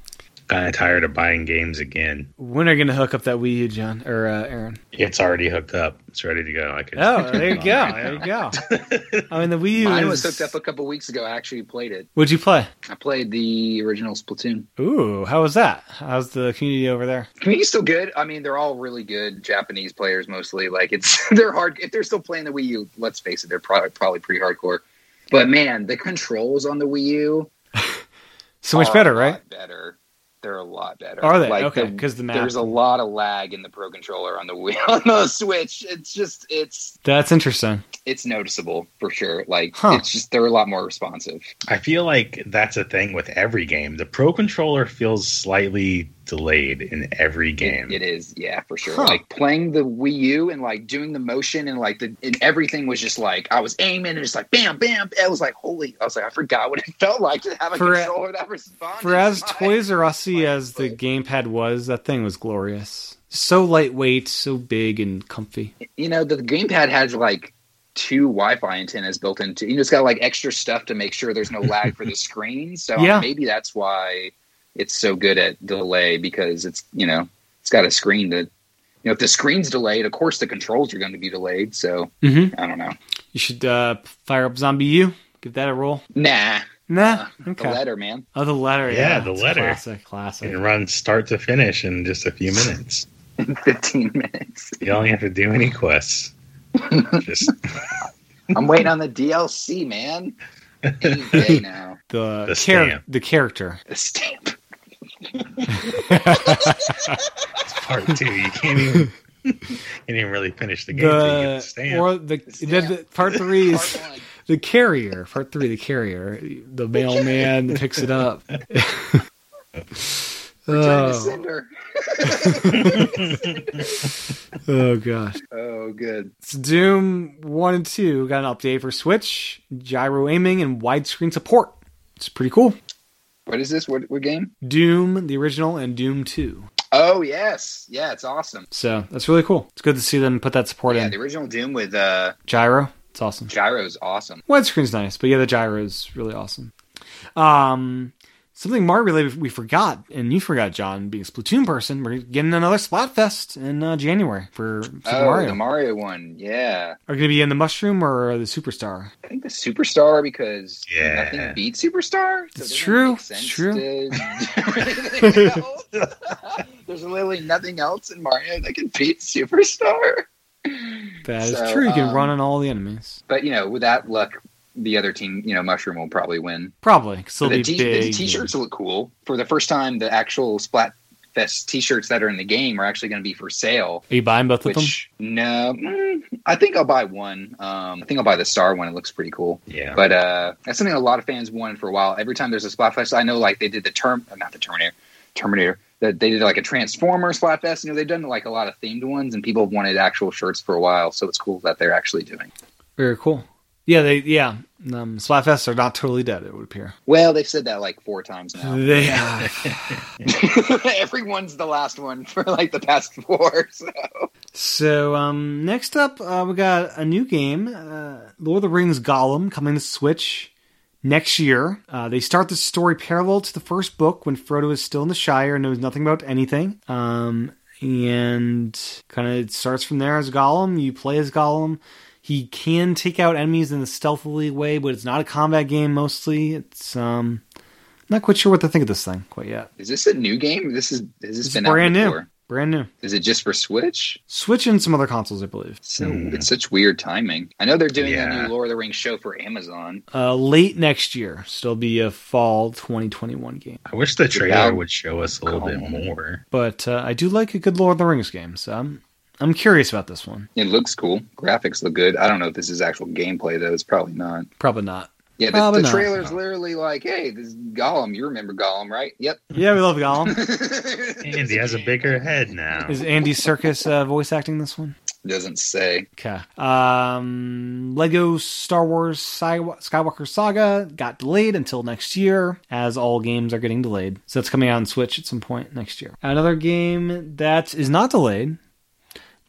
S3: kind of tired of buying games again.
S1: When are you going to hook up that Wii U, John or uh, Aaron?
S3: It's already hooked up. It's ready to go. I could.
S1: Oh, there you go. There you go. I mean, the Wii U.
S2: Mine
S1: is-
S2: was hooked up a couple weeks ago. I actually played it.
S1: What'd you play?
S2: I played the original Splatoon.
S1: Ooh, how was that? How's the community over there?
S2: Community's still good. I mean, they're all really good Japanese players mostly. Like it's they're hard if they're still playing the Wii U. Let's face it, they're probably probably pretty hardcore. But man, the controls on the Wii U
S1: So much
S2: are
S1: better,
S2: a lot
S1: right?
S2: Better. They're a lot better.
S1: Are they?
S2: Uh, Like,
S1: okay,
S2: the-
S1: because the, map.
S2: there's a lot of lag in the Pro Controller on the Wii on the Switch. It's just it's
S1: That's interesting.
S2: it's noticeable for sure. Like
S1: Huh.
S2: it's just they're a lot more responsive.
S3: I feel like that's a thing with every game. The Pro Controller feels slightly delayed in every game.
S2: It, it is, yeah, for sure.
S1: Huh.
S2: Like playing the Wii U and like doing the motion and like the and everything was just like I was aiming and just like bam, bam. I was like, holy! I was like, I forgot what it felt like to have a
S1: For-
S2: controller that responds.
S1: For as
S2: My-
S1: Toys R Us-y
S2: my
S1: as the
S2: foot.
S1: gamepad was, that thing was glorious. So lightweight, so big and comfy.
S2: you know, the gamepad has like two Wi-Fi antennas built into. You know, it's got like extra stuff to make sure there's no lag for the screen. So
S1: Yeah.
S2: maybe that's why it's so good at delay because it's you know it's got a screen that you know if the screen's delayed, of course the controls are going to be delayed. So
S1: Mm-hmm.
S2: I don't know.
S1: You should uh, fire up Zombie U. Give that a roll.
S2: Nah,
S1: Nah.
S2: the
S1: Okay.
S2: letter, man.
S1: Oh, the letter. Yeah,
S3: Yeah, the
S1: it's
S3: letter.
S1: Classic. Classic.
S3: and run start to finish in just a few minutes.
S2: In 15 minutes.
S3: You don't have to do any quests. Just
S2: I'm waiting on the DLC, man. Any day now.
S1: The
S3: The
S1: char-
S3: stamp.
S1: the character.
S2: The stamp.
S3: part two. You can't even you didn't even really finish the game. till you get the
S1: the
S3: stamp.
S1: or the,
S2: stamp.
S1: the- the- part three is
S2: Part one.
S1: the carrier. Part three, the carrier. The mailman that picks it up.
S2: Return to
S1: oh,
S2: sender.
S1: oh gosh.
S2: Oh, good.
S1: So Doom 1 and 2 got an update for Switch, gyro aiming, and widescreen support. It's pretty cool.
S2: What is this? What, what game?
S1: Doom, the original, and Doom 2.
S2: Oh, yes. Yeah, it's awesome.
S1: So that's really cool. It's good to see them put that support
S2: Yeah,
S1: in.
S2: the original Doom with uh,
S1: Gyro, it's awesome.
S2: Gyro's awesome.
S1: Widescreen's nice, but yeah, the gyro is really awesome. Um, something Mario related we forgot, and you forgot, John, being a Splatoon person. We're getting another Splatfest in uh, January for Super
S2: Oh,
S1: Mario.
S2: the Mario one. Yeah.
S1: Are you going to be in the Mushroom or the Superstar?
S2: I think the Superstar because
S3: Yeah.
S2: nothing beat Superstar.
S1: It's
S2: it doesn't
S1: true.
S2: make
S1: It's
S2: sense
S1: true.
S2: to do anything else. There's literally nothing else in Mario that can beat Superstar.
S1: That is
S2: So,
S1: true. You can
S2: um,
S1: run on all the enemies.
S2: But you know, with that luck, the other team, you know, Mushroom will probably win.
S1: Probably. 'cause they'll
S2: the,
S1: be
S2: t-
S1: big.
S2: the t-shirts look cool. For the first time, the actual Splatfest t-shirts that are in the game are actually going to be for sale.
S1: Are you buying both of them?
S2: Which no, mm, I think I'll buy one. Um, I think I'll buy the star one. It looks pretty cool.
S3: yeah.
S2: But uh, that's something a lot of fans wanted for a while. Every time there's a Splatfest, I know like they did the term, uh, not the Terminator, Terminator. That they did like a Transformer Splatfest. You know, they've done like a lot of themed ones, and people have wanted actual shirts for a while. So it's cool that they're actually doing.
S1: Very cool. Yeah, they yeah. Um, Splatfests are not totally dead. It would appear.
S2: Well, they've said that like four times now.
S1: They
S2: Everyone's the last one for like the past four. So.
S1: So um, next up, uh, we got a new game, uh, Lord of the Rings: Gollum, coming to Switch next year. Uh, they start the story parallel to the first book when Frodo is still in the Shire and knows nothing about anything. Um, and kind of it starts from there as Gollum. You play as Gollum. He can take out enemies in a stealthily way, but it's not a combat game mostly. It's um, not quite sure what to think of this thing quite yet.
S2: Is this a new game? This is has this
S1: It's
S2: been
S1: brand
S2: out
S1: new.
S2: before?
S1: Brand new.
S2: Is it just for Switch?
S1: Switch and some other consoles, I believe.
S2: So
S3: Hmm.
S2: it's such weird timing. I know they're doing a
S3: Yeah.
S2: new Lord of the Rings show for Amazon.
S1: uh, late next year. So it'll be a fall 2021 game.
S3: I wish the
S2: Yeah.
S3: trailer would show us a little bit
S2: Come.
S3: more.
S1: But uh, I do like a good Lord of the Rings game, so I'm I'm curious about this one.
S2: It looks cool. Graphics look good. I don't know if this is actual gameplay though. It's probably not.
S1: Probably not.
S2: Yeah, the,
S1: Probably
S2: the
S1: not.
S2: trailer's literally like, "Hey, this is Gollum. You remember Gollum, right? Yep."
S1: Yeah, we love Gollum.
S3: And he has a bigger head now.
S1: Is Andy Circus uh, voice acting this one?
S2: doesn't say.
S1: Okay. Um, Lego Star Wars Sky- Skywalker Saga got delayed until next year, as all games are getting delayed. So it's coming out on Switch at some point next year. Another game that is not delayed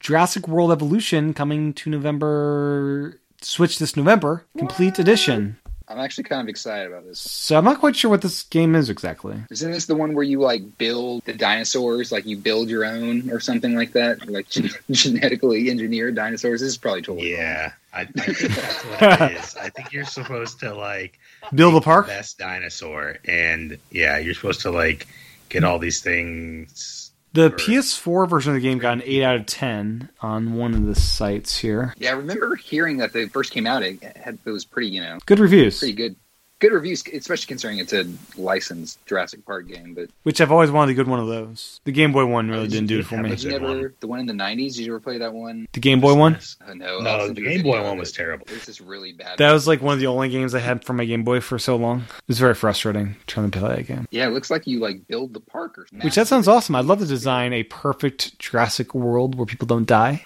S1: Jurassic World Evolution coming to November, Switch this November, Complete Edition.
S2: I'm actually kind of excited about this.
S1: So I'm not quite sure what this game is exactly.
S2: Isn't this the one where you like build the dinosaurs, like you build your own or something like that, or, like gen- genetically engineered dinosaurs? This is probably totally wrong.
S3: Yeah, I, I think that's what it is. I think you're supposed to like
S1: Build a
S3: pick the
S1: park?
S3: best dinosaur, and yeah, you're supposed to like get all these things.
S1: The
S3: or-
S1: PS4 version of the game got an 8 out of 10 on one of the sites here.
S2: Yeah, I remember hearing that they first came out. It had it was pretty, you know,
S1: Good reviews,
S2: pretty good, good reviews, especially considering it's a licensed Jurassic Park game. But
S1: which I've always wanted a good one of those. The Game Boy one really
S2: Oh,
S1: didn't do it for
S3: yeah,
S1: me.
S3: but-
S2: did you
S3: good
S2: never
S3: one.
S2: the one in the '90s? Did you ever play that one?
S1: The Game Boy one?
S2: Uh, no, I'll
S3: Oh, No,
S2: send
S3: the
S2: you a
S3: Game
S2: video
S3: Boy
S2: of
S3: one
S2: it.
S3: was terrible.
S2: There's this really bad.
S1: That was like one of the only games I had for my Game Boy for so long. It was very frustrating trying to play that game.
S2: yeah, it looks like you like build the park or something.
S1: Which that sounds awesome. I'd love to design a perfect Jurassic world where people don't die.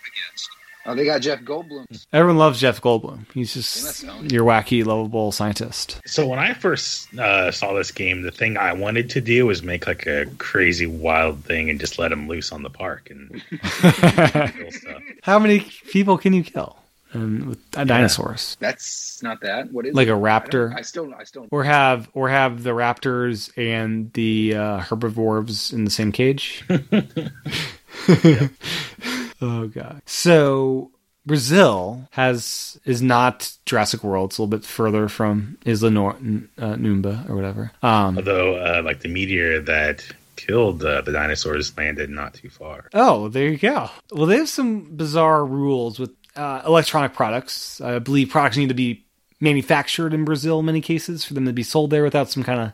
S2: Oh, they got Jeff Goldblum.
S1: Everyone loves Jeff Goldblum. He's
S2: They must
S1: just
S2: own it.
S1: your wacky, lovable scientist.
S3: So when I first uh, saw this game, the thing I wanted to do was make like a crazy wild thing and just let him loose on the park and kill stuff.
S1: How many people can you kill? And with uh, dinosaurs,
S2: That's not that. What is
S1: like a
S2: it? I
S1: raptor.
S2: don't- I still, I still.
S1: or have or have the raptors and the uh, herbivores in the same cage. oh god. So Brazil has is not Jurassic World. It's a little bit further from Isla Nor- N- uh, Numba or whatever. Um,
S3: Although, uh, like the meteor that killed uh, the dinosaurs landed not too far.
S1: oh, there you go. Well, they have some bizarre rules with uh, electronic products. I believe products need to be manufactured in Brazil in many cases for them to be sold there without some kind of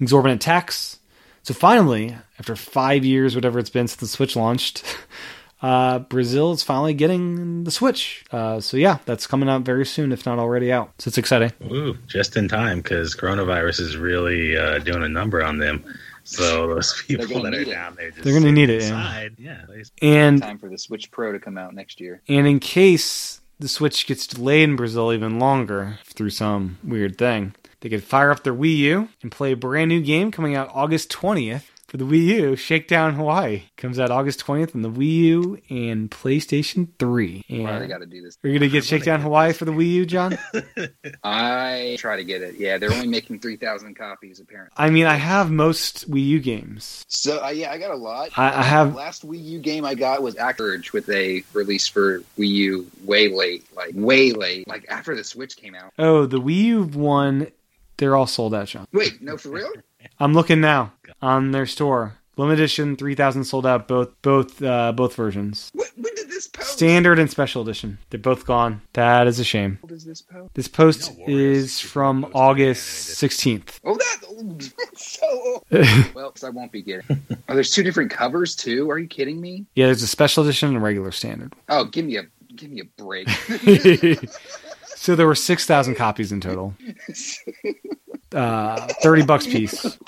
S1: exorbitant tax. So finally, after five years, whatever it's been since the Switch launched, uh, Brazil is finally getting the Switch. Uh, so yeah, that's coming out very soon, if not already out. So it's exciting.
S3: Ooh, just in time because coronavirus is really uh, doing a number on them. So those people
S2: gonna
S3: that are
S2: need it.
S3: down there, just
S1: They're gonna need it, yeah.
S3: Inside. Yeah, they-
S1: And
S2: Time for the Switch Pro to come out next year.
S1: And in case the Switch gets delayed in Brazil even longer through some weird thing, they could fire up their Wii U and play a brand new game coming out August 20th for the Wii U, Shakedown Hawaii. Comes out August 20th on the Wii U and PlayStation 3. And
S2: Why they got to do this?
S1: are you going to get
S3: I wanna
S1: Shakedown
S3: get
S1: Hawaii
S3: this
S1: for the Wii U, John?
S2: I try to get it. Yeah, they're only making three thousand copies apparently.
S1: I mean, I have most Wii U games.
S2: So uh, yeah, I got a lot.
S1: I, I have.
S2: Last Wii U game I got was Urge with a release for Wii U way late, like way late, like after the Switch came out.
S1: Oh, the Wii U one, they're all sold out, John.
S2: Wait, no, for real?
S1: I'm looking now on their store. Limited edition, 3,000 sold out, both both uh, both versions.
S2: What, when did this post?
S1: Standard and special edition. They're both gone. That is a shame.
S2: How old is this post?
S1: This post
S3: No worries.
S1: is from August 16th.
S2: Oh, that old. so old.
S1: yeah,
S2: Well, 'cause I won't be getting. it. Oh, there's two different covers too. Are you kidding me?
S1: there's a special edition and a regular standard.
S2: Oh, give me a give me a break.
S1: so there were 6,000 copies in total. Uh, 30 bucks piece.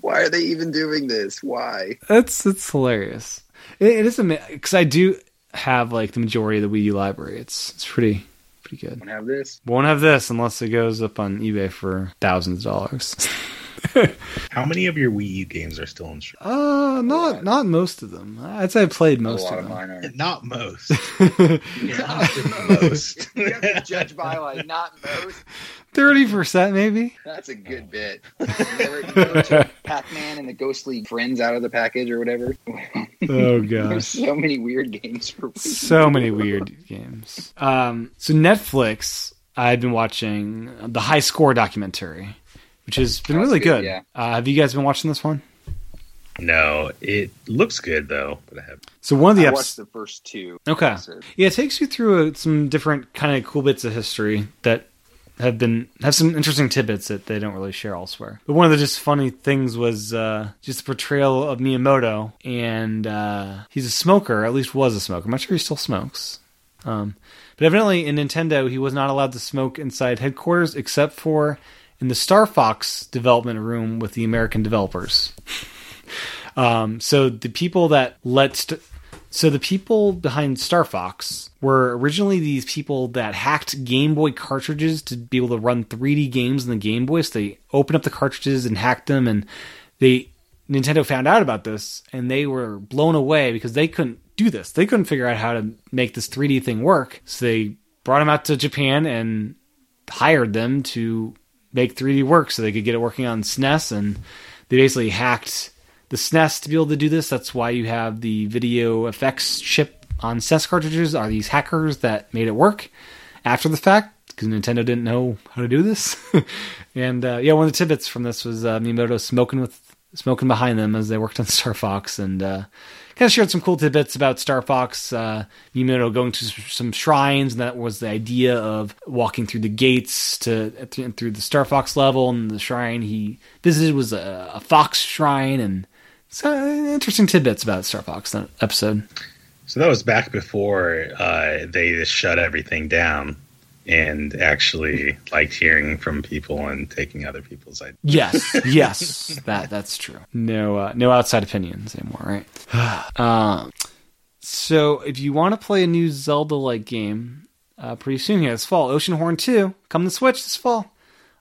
S2: Why are they even doing this? Why?
S1: That's that's hilarious. It, it is because I do have like the majority of the Wii U library. It's it's pretty pretty good.
S2: Don't have this.
S1: Won't have this unless it goes up on eBay for thousands of dollars.
S3: How many of your Wii U games are still in stream?
S1: Uh, not not most of them. I'd say I played
S2: Oh, A
S1: most
S2: lot
S1: of
S2: of
S1: them.
S2: mine are.
S3: Not most.
S2: Not
S3: most.
S2: You have to judge by like not most.
S1: Thirty percent, maybe.
S2: That's a
S1: Oh.
S2: good bit. Never, never took Pac-Man and the Ghostly Friends out of the package or whatever.
S1: Oh
S2: There's
S1: gosh,
S2: so many weird games for.
S1: so many weird games. Um, so Netflix, I've been watching the High Score documentary, which has been
S2: That's
S1: really good.
S2: good, yeah.
S1: Uh, have you guys been watching this one?
S3: no, it looks good though. But I have
S1: So one of the
S2: I
S1: episodes.
S2: watched the first two.
S1: Okay.
S2: So-
S1: Yeah, it takes you through uh, some different kind of cool bits of history that have been have some interesting tidbits that they don't really share elsewhere. But one of the just funny things was uh, just the portrayal of Miyamoto, and uh, he's a smoker, at least was a smoker. I'm not sure he still smokes. Um, but evidently, in Nintendo, he was not allowed to smoke inside headquarters except for in the Star Fox development room with the American developers. Um, so the people that let st- So the people behind Star Fox were originally these people that hacked Game Boy cartridges to be able to run 3D games in the Game Boy. So they opened up the cartridges and hacked them, and they Nintendo found out about this, and they were blown away because they couldn't do this. They couldn't figure out how to make this 3D thing work. So they brought them out to Japan and hired them to make 3D work so they could get it working on SNES and they basically hacked the SNES to be able to do this. That's why you have the video effects chip on SNES cartridges are these hackers that made it work after the fact because Nintendo didn't know how to do this. and uh, yeah, one of the tidbits from this was uh, Miyamoto smoking with smoking behind them as they worked on Star Fox and uh, kind of shared some cool tidbits about Star Fox. Uh, Miyamoto going to s- some shrines, and that was the idea of walking through the gates to th- through the Star Fox level, and the shrine he visited was a, a fox shrine, and so interesting tidbits about Star Fox in that episode.
S3: So that was back before uh, they just shut everything down and actually liked hearing from people and taking other people's ideas.
S1: Yes, yes, that that's true. No, uh, no outside opinions anymore, right? um, so if you want to play a new Zelda-like game, uh, pretty soon here this fall, Oceanhorn Two coming to Switch this fall.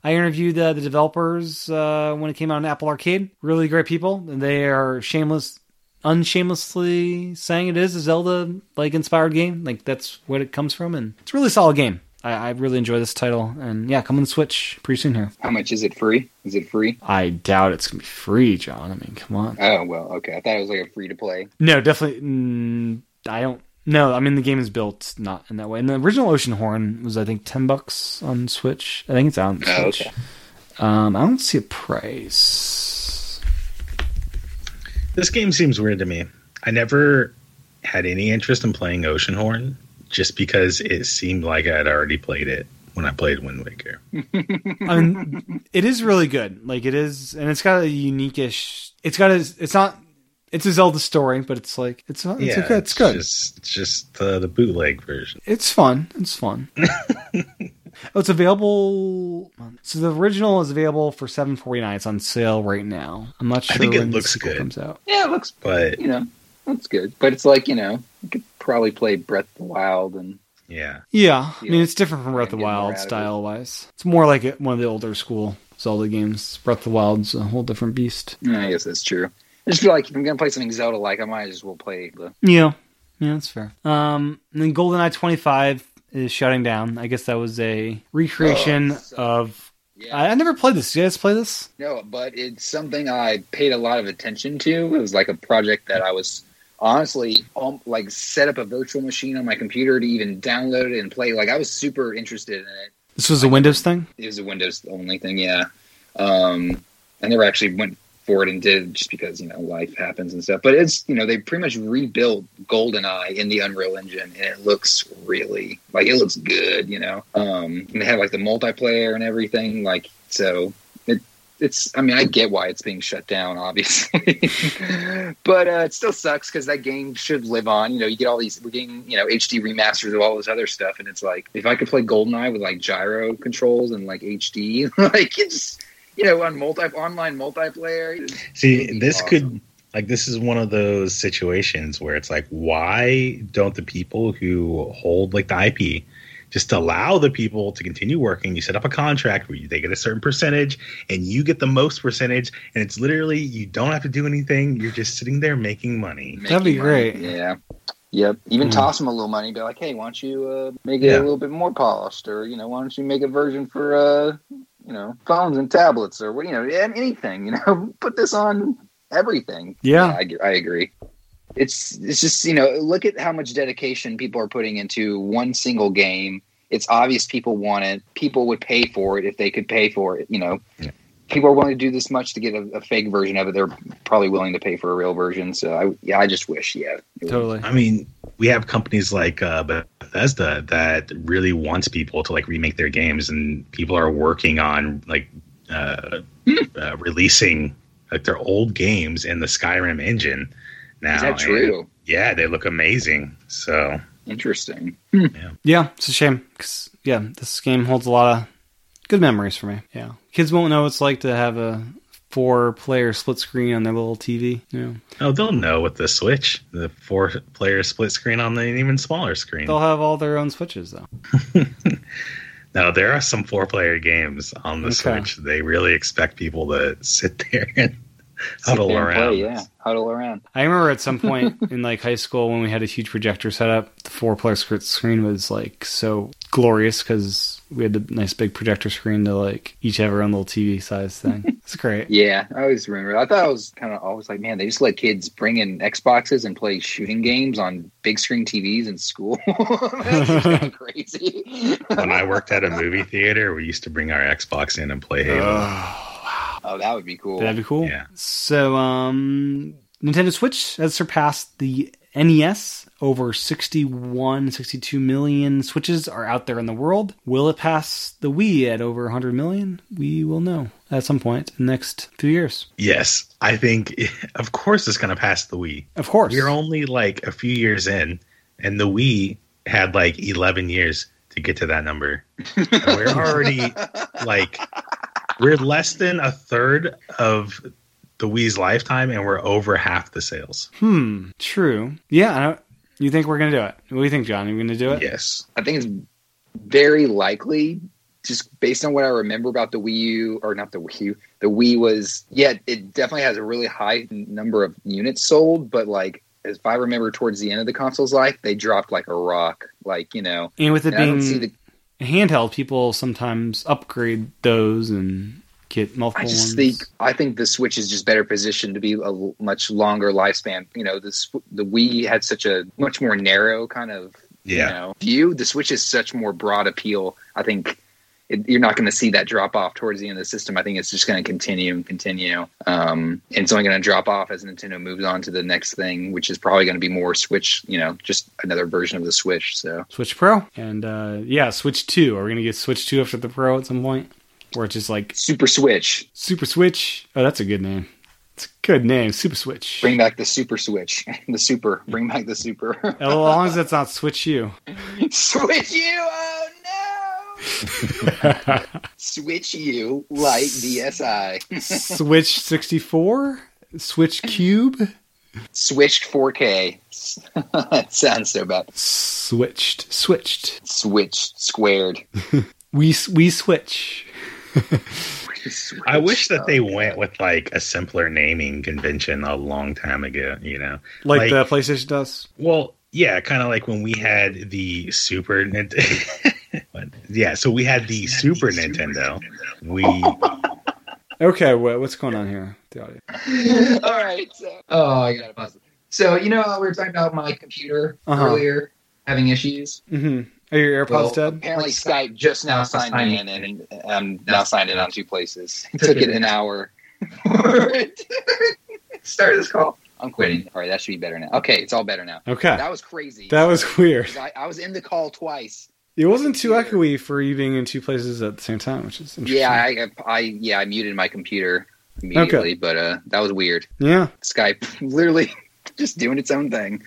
S1: I interviewed uh, the developers uh, when it came out on Apple Arcade. Really great people, and they are shameless, unshamelessly saying it is a Zelda-like inspired game. Like that's what it comes from, and it's a really solid game. I, I really enjoy this title, and yeah, coming to Switch pretty soon here.
S2: How much is it free? Is it free?
S1: I doubt it's gonna be free, John. I mean, come on.
S2: Oh well, okay. I thought it was like a free to play.
S1: No, definitely. Mm, I don't. No, I mean the game is built not in that way. And the original Ocean Horn was, I think, ten bucks on Switch. I think it's out on Switch.
S2: Oh, okay.
S1: Um, I don't see a price.
S3: This game seems weird to me. I never had any interest in playing Oceanhorn just because it seemed like I'd already played it when I played Wind Waker.
S1: I mean, it is really good. Like it is, and it's got a unique-ish. It's got a. It's not. It's a Zelda story, but it's like it's it's
S3: yeah,
S1: okay. It's good.
S3: Just, it's just uh, the bootleg version.
S1: It's fun. It's fun. oh, it's available. So the original is available for seven forty nine. It's on sale right now. I'm not sure.
S3: I think it
S1: when the
S3: looks
S1: sequel
S3: good.
S1: Comes out.
S2: Yeah, it looks
S3: But
S2: you know that's good, but it's like you know you could probably play Breath of the Wild and
S3: yeah,
S1: Yeah, I mean
S2: Yeah.
S1: it's different from Breath of the
S2: Get more out
S1: Wild
S2: of it.
S1: style wise. It's more like a- one of the older school Zelda games. Breath of the Wild's a whole different beast.
S2: yeah, I guess that's true. I just feel like if I'm gonna play something Zelda like, I might as well play the
S1: Yeah, yeah, that's fair. Um, and then GoldenEye twenty five is shutting down. I guess that was a recreation
S2: Oh, so-
S1: of.
S2: yeah.
S1: I, I never played this. Did you guys play this?
S2: No, but it's something I paid a lot of attention to. It was like a project that I was honestly um, like set up a virtual machine on my computer to even download it and play. Like I was super interested in it.
S1: This was a Windows thing.
S2: It was a Windows only thing, yeah. Um, I never actually went for it and did it just because you know life happens and stuff. But it's you know they pretty much rebuilt GoldenEye in the Unreal Engine, and it looks really like it looks good, you know. Um, and they have like the multiplayer and everything, like so. It it's I mean I get why it's being shut down, obviously, but uh, it still sucks because that game should live on. You know, you get all these we're getting you know HD remasters of all this other stuff, and it's like if I could play GoldenEye with like gyro controls and like HD, like it's you know, on multi online multiplayer.
S3: See,
S2: It'd be
S3: this
S2: awesome.
S3: could like this is one of those situations where it's like, why don't the people who hold like the IP just allow the people to continue working? You set up a contract where you, they get a certain percentage, and you get the most percentage, and it's literally you don't have to do anything. You're just sitting there making money.
S1: That'd be
S2: Making money.
S1: great.
S2: Yeah. Yep. Even
S1: Hmm.
S2: toss them a little money. Be like, hey, why don't you uh, make it
S3: Yeah.
S2: a little bit more polished, or you know, why don't you make a version for uh, you know, phones and tablets, or what you know, an- anything. You know, put this on everything.
S1: Yeah.
S2: I, I agree. It's it's just you know look at how much dedication people are putting into one single game. It's obvious people want it. People would pay for it if they could pay for it. You know,
S3: Yeah.
S2: people are willing to do this much to get a, a fake version of it. They're probably willing to pay for a real version. So I yeah, I just wish yeah. it was-
S1: Totally.
S3: I mean, we have companies like uh, Bethesda that really wants people to like remake their games, and people are working on like uh,
S2: Hmm.
S3: uh, releasing like their old games in the Skyrim engine now.
S2: Is that
S3: and,
S2: true?
S3: yeah, they look amazing. So
S2: Interesting.
S1: Yeah, it's a shame because yeah, this game holds a lot of good memories for me. Yeah, kids won't know what it's like to have a four player split screen on their little TV. Yeah.
S3: Oh, they'll know with the Switch, the four-player split screen on the even smaller screen.
S1: They'll have all their own Switches, though.
S3: Now there are some four-player games on the
S1: Okay.
S3: Switch. They really expect people to sit there and huddle
S2: Sit there and play,
S3: around.
S2: yeah, huddle around.
S1: I remember at some point in like high school when we had a huge projector set up, the four player sc- screen was like so glorious because we had the nice big projector screen to like each have our own little TV size thing. It's great.
S2: Yeah, I always remember. I thought I was kind of always like, man, they just let kids bring in Xboxes and play shooting games on big screen TVs in school. That's just kinda crazy.
S3: When I worked at a movie theater, we used to bring our Xbox in and play Halo.
S1: Uh.
S2: oh, that would be cool.
S1: That'd be cool.
S3: Yeah.
S1: So, um, Nintendo Switch has surpassed the NES. Over 61, 62 million Switches are out there in the world. Will it pass the Wii at over 100 million? We will know at some point in the next few years.
S3: Yes, I think, of course, it's going to pass the Wii.
S1: Of course.
S3: We're only like a few years in, and the Wii had like 11 years to get to that number. And we're already like, we're less than a third of the Wii's lifetime, and we're over half the sales.
S1: Hmm. True. Yeah. I don't- You think we're gonna do it? What do you think, John? Are we gonna do it?
S3: Yes.
S2: I think it's very likely, just based on what I remember about the Wii U, or not the Wii U, the Wii was, yeah, it definitely has a really high n- number of units sold, but like, as if I remember towards the end of the console's life, they dropped like a rock. Like, you know,
S1: And with it
S2: and I don't see
S1: being
S2: the.
S1: handheld, people sometimes upgrade those and get multiple
S2: I just
S1: ones.
S2: think I think the Switch is just better positioned to be a l- much longer lifespan. You know, the Sw- the Wii had such a much more narrow kind of you
S3: Yeah.
S2: know, view. The Switch is such more broad appeal. I think it, you're not going to see that drop off towards the end of the system. I think it's just going to continue and continue. Um, and it's only going to drop off as Nintendo moves on to the next thing, which is probably going to be more Switch. You know, just another version of the Switch. So
S1: Switch Pro and uh, yeah, Switch Two. Are we gonna get Switch Two after the Pro at some point, or it's just like
S2: Super Switch,
S1: Super Switch? Oh, that's a good name. It's a good name, Super Switch.
S2: bring back the Super Switch, the Super, bring back the Super.
S1: as long as it's not Switch U.
S2: Switch you, oh no! Switch you like DSi.
S1: Switch sixty four, Switch Cube,
S2: Switched 4K. that sounds so bad.
S1: switched, switched.
S2: Switched, squared.
S1: We we switch.
S3: I wish that they went with like a simpler naming convention a long time ago, you know?
S1: Like,
S3: Like-
S1: the PlayStation does.
S3: Well, yeah, kind of like when we had the Super Nintendo. yeah, so we had the Super Nintendo. We
S1: Okay, what, what's going on here? with The audio.
S2: All right. So, oh, I got a puzzle. So you know how we were talking about my computer
S1: Uh-huh.
S2: earlier having issues.
S1: Mm-hmm. Are your AirPods
S2: Well,
S1: dead?
S2: apparently Skype just now signed me in, and I'm now signed in on two places. It took it an hour. Start this call. I'm quitting. All right, that should be better now. Okay, it's all better now.
S1: Okay,
S2: That was crazy.
S1: that was weird.
S2: 'Cause I, I was in the call twice.
S1: It wasn't too echoey for you being in two places at the same time, which is interesting.
S2: Yeah, I, I yeah I muted my computer immediately, but uh, that was weird.
S1: yeah.
S2: Skype literally just doing its own thing.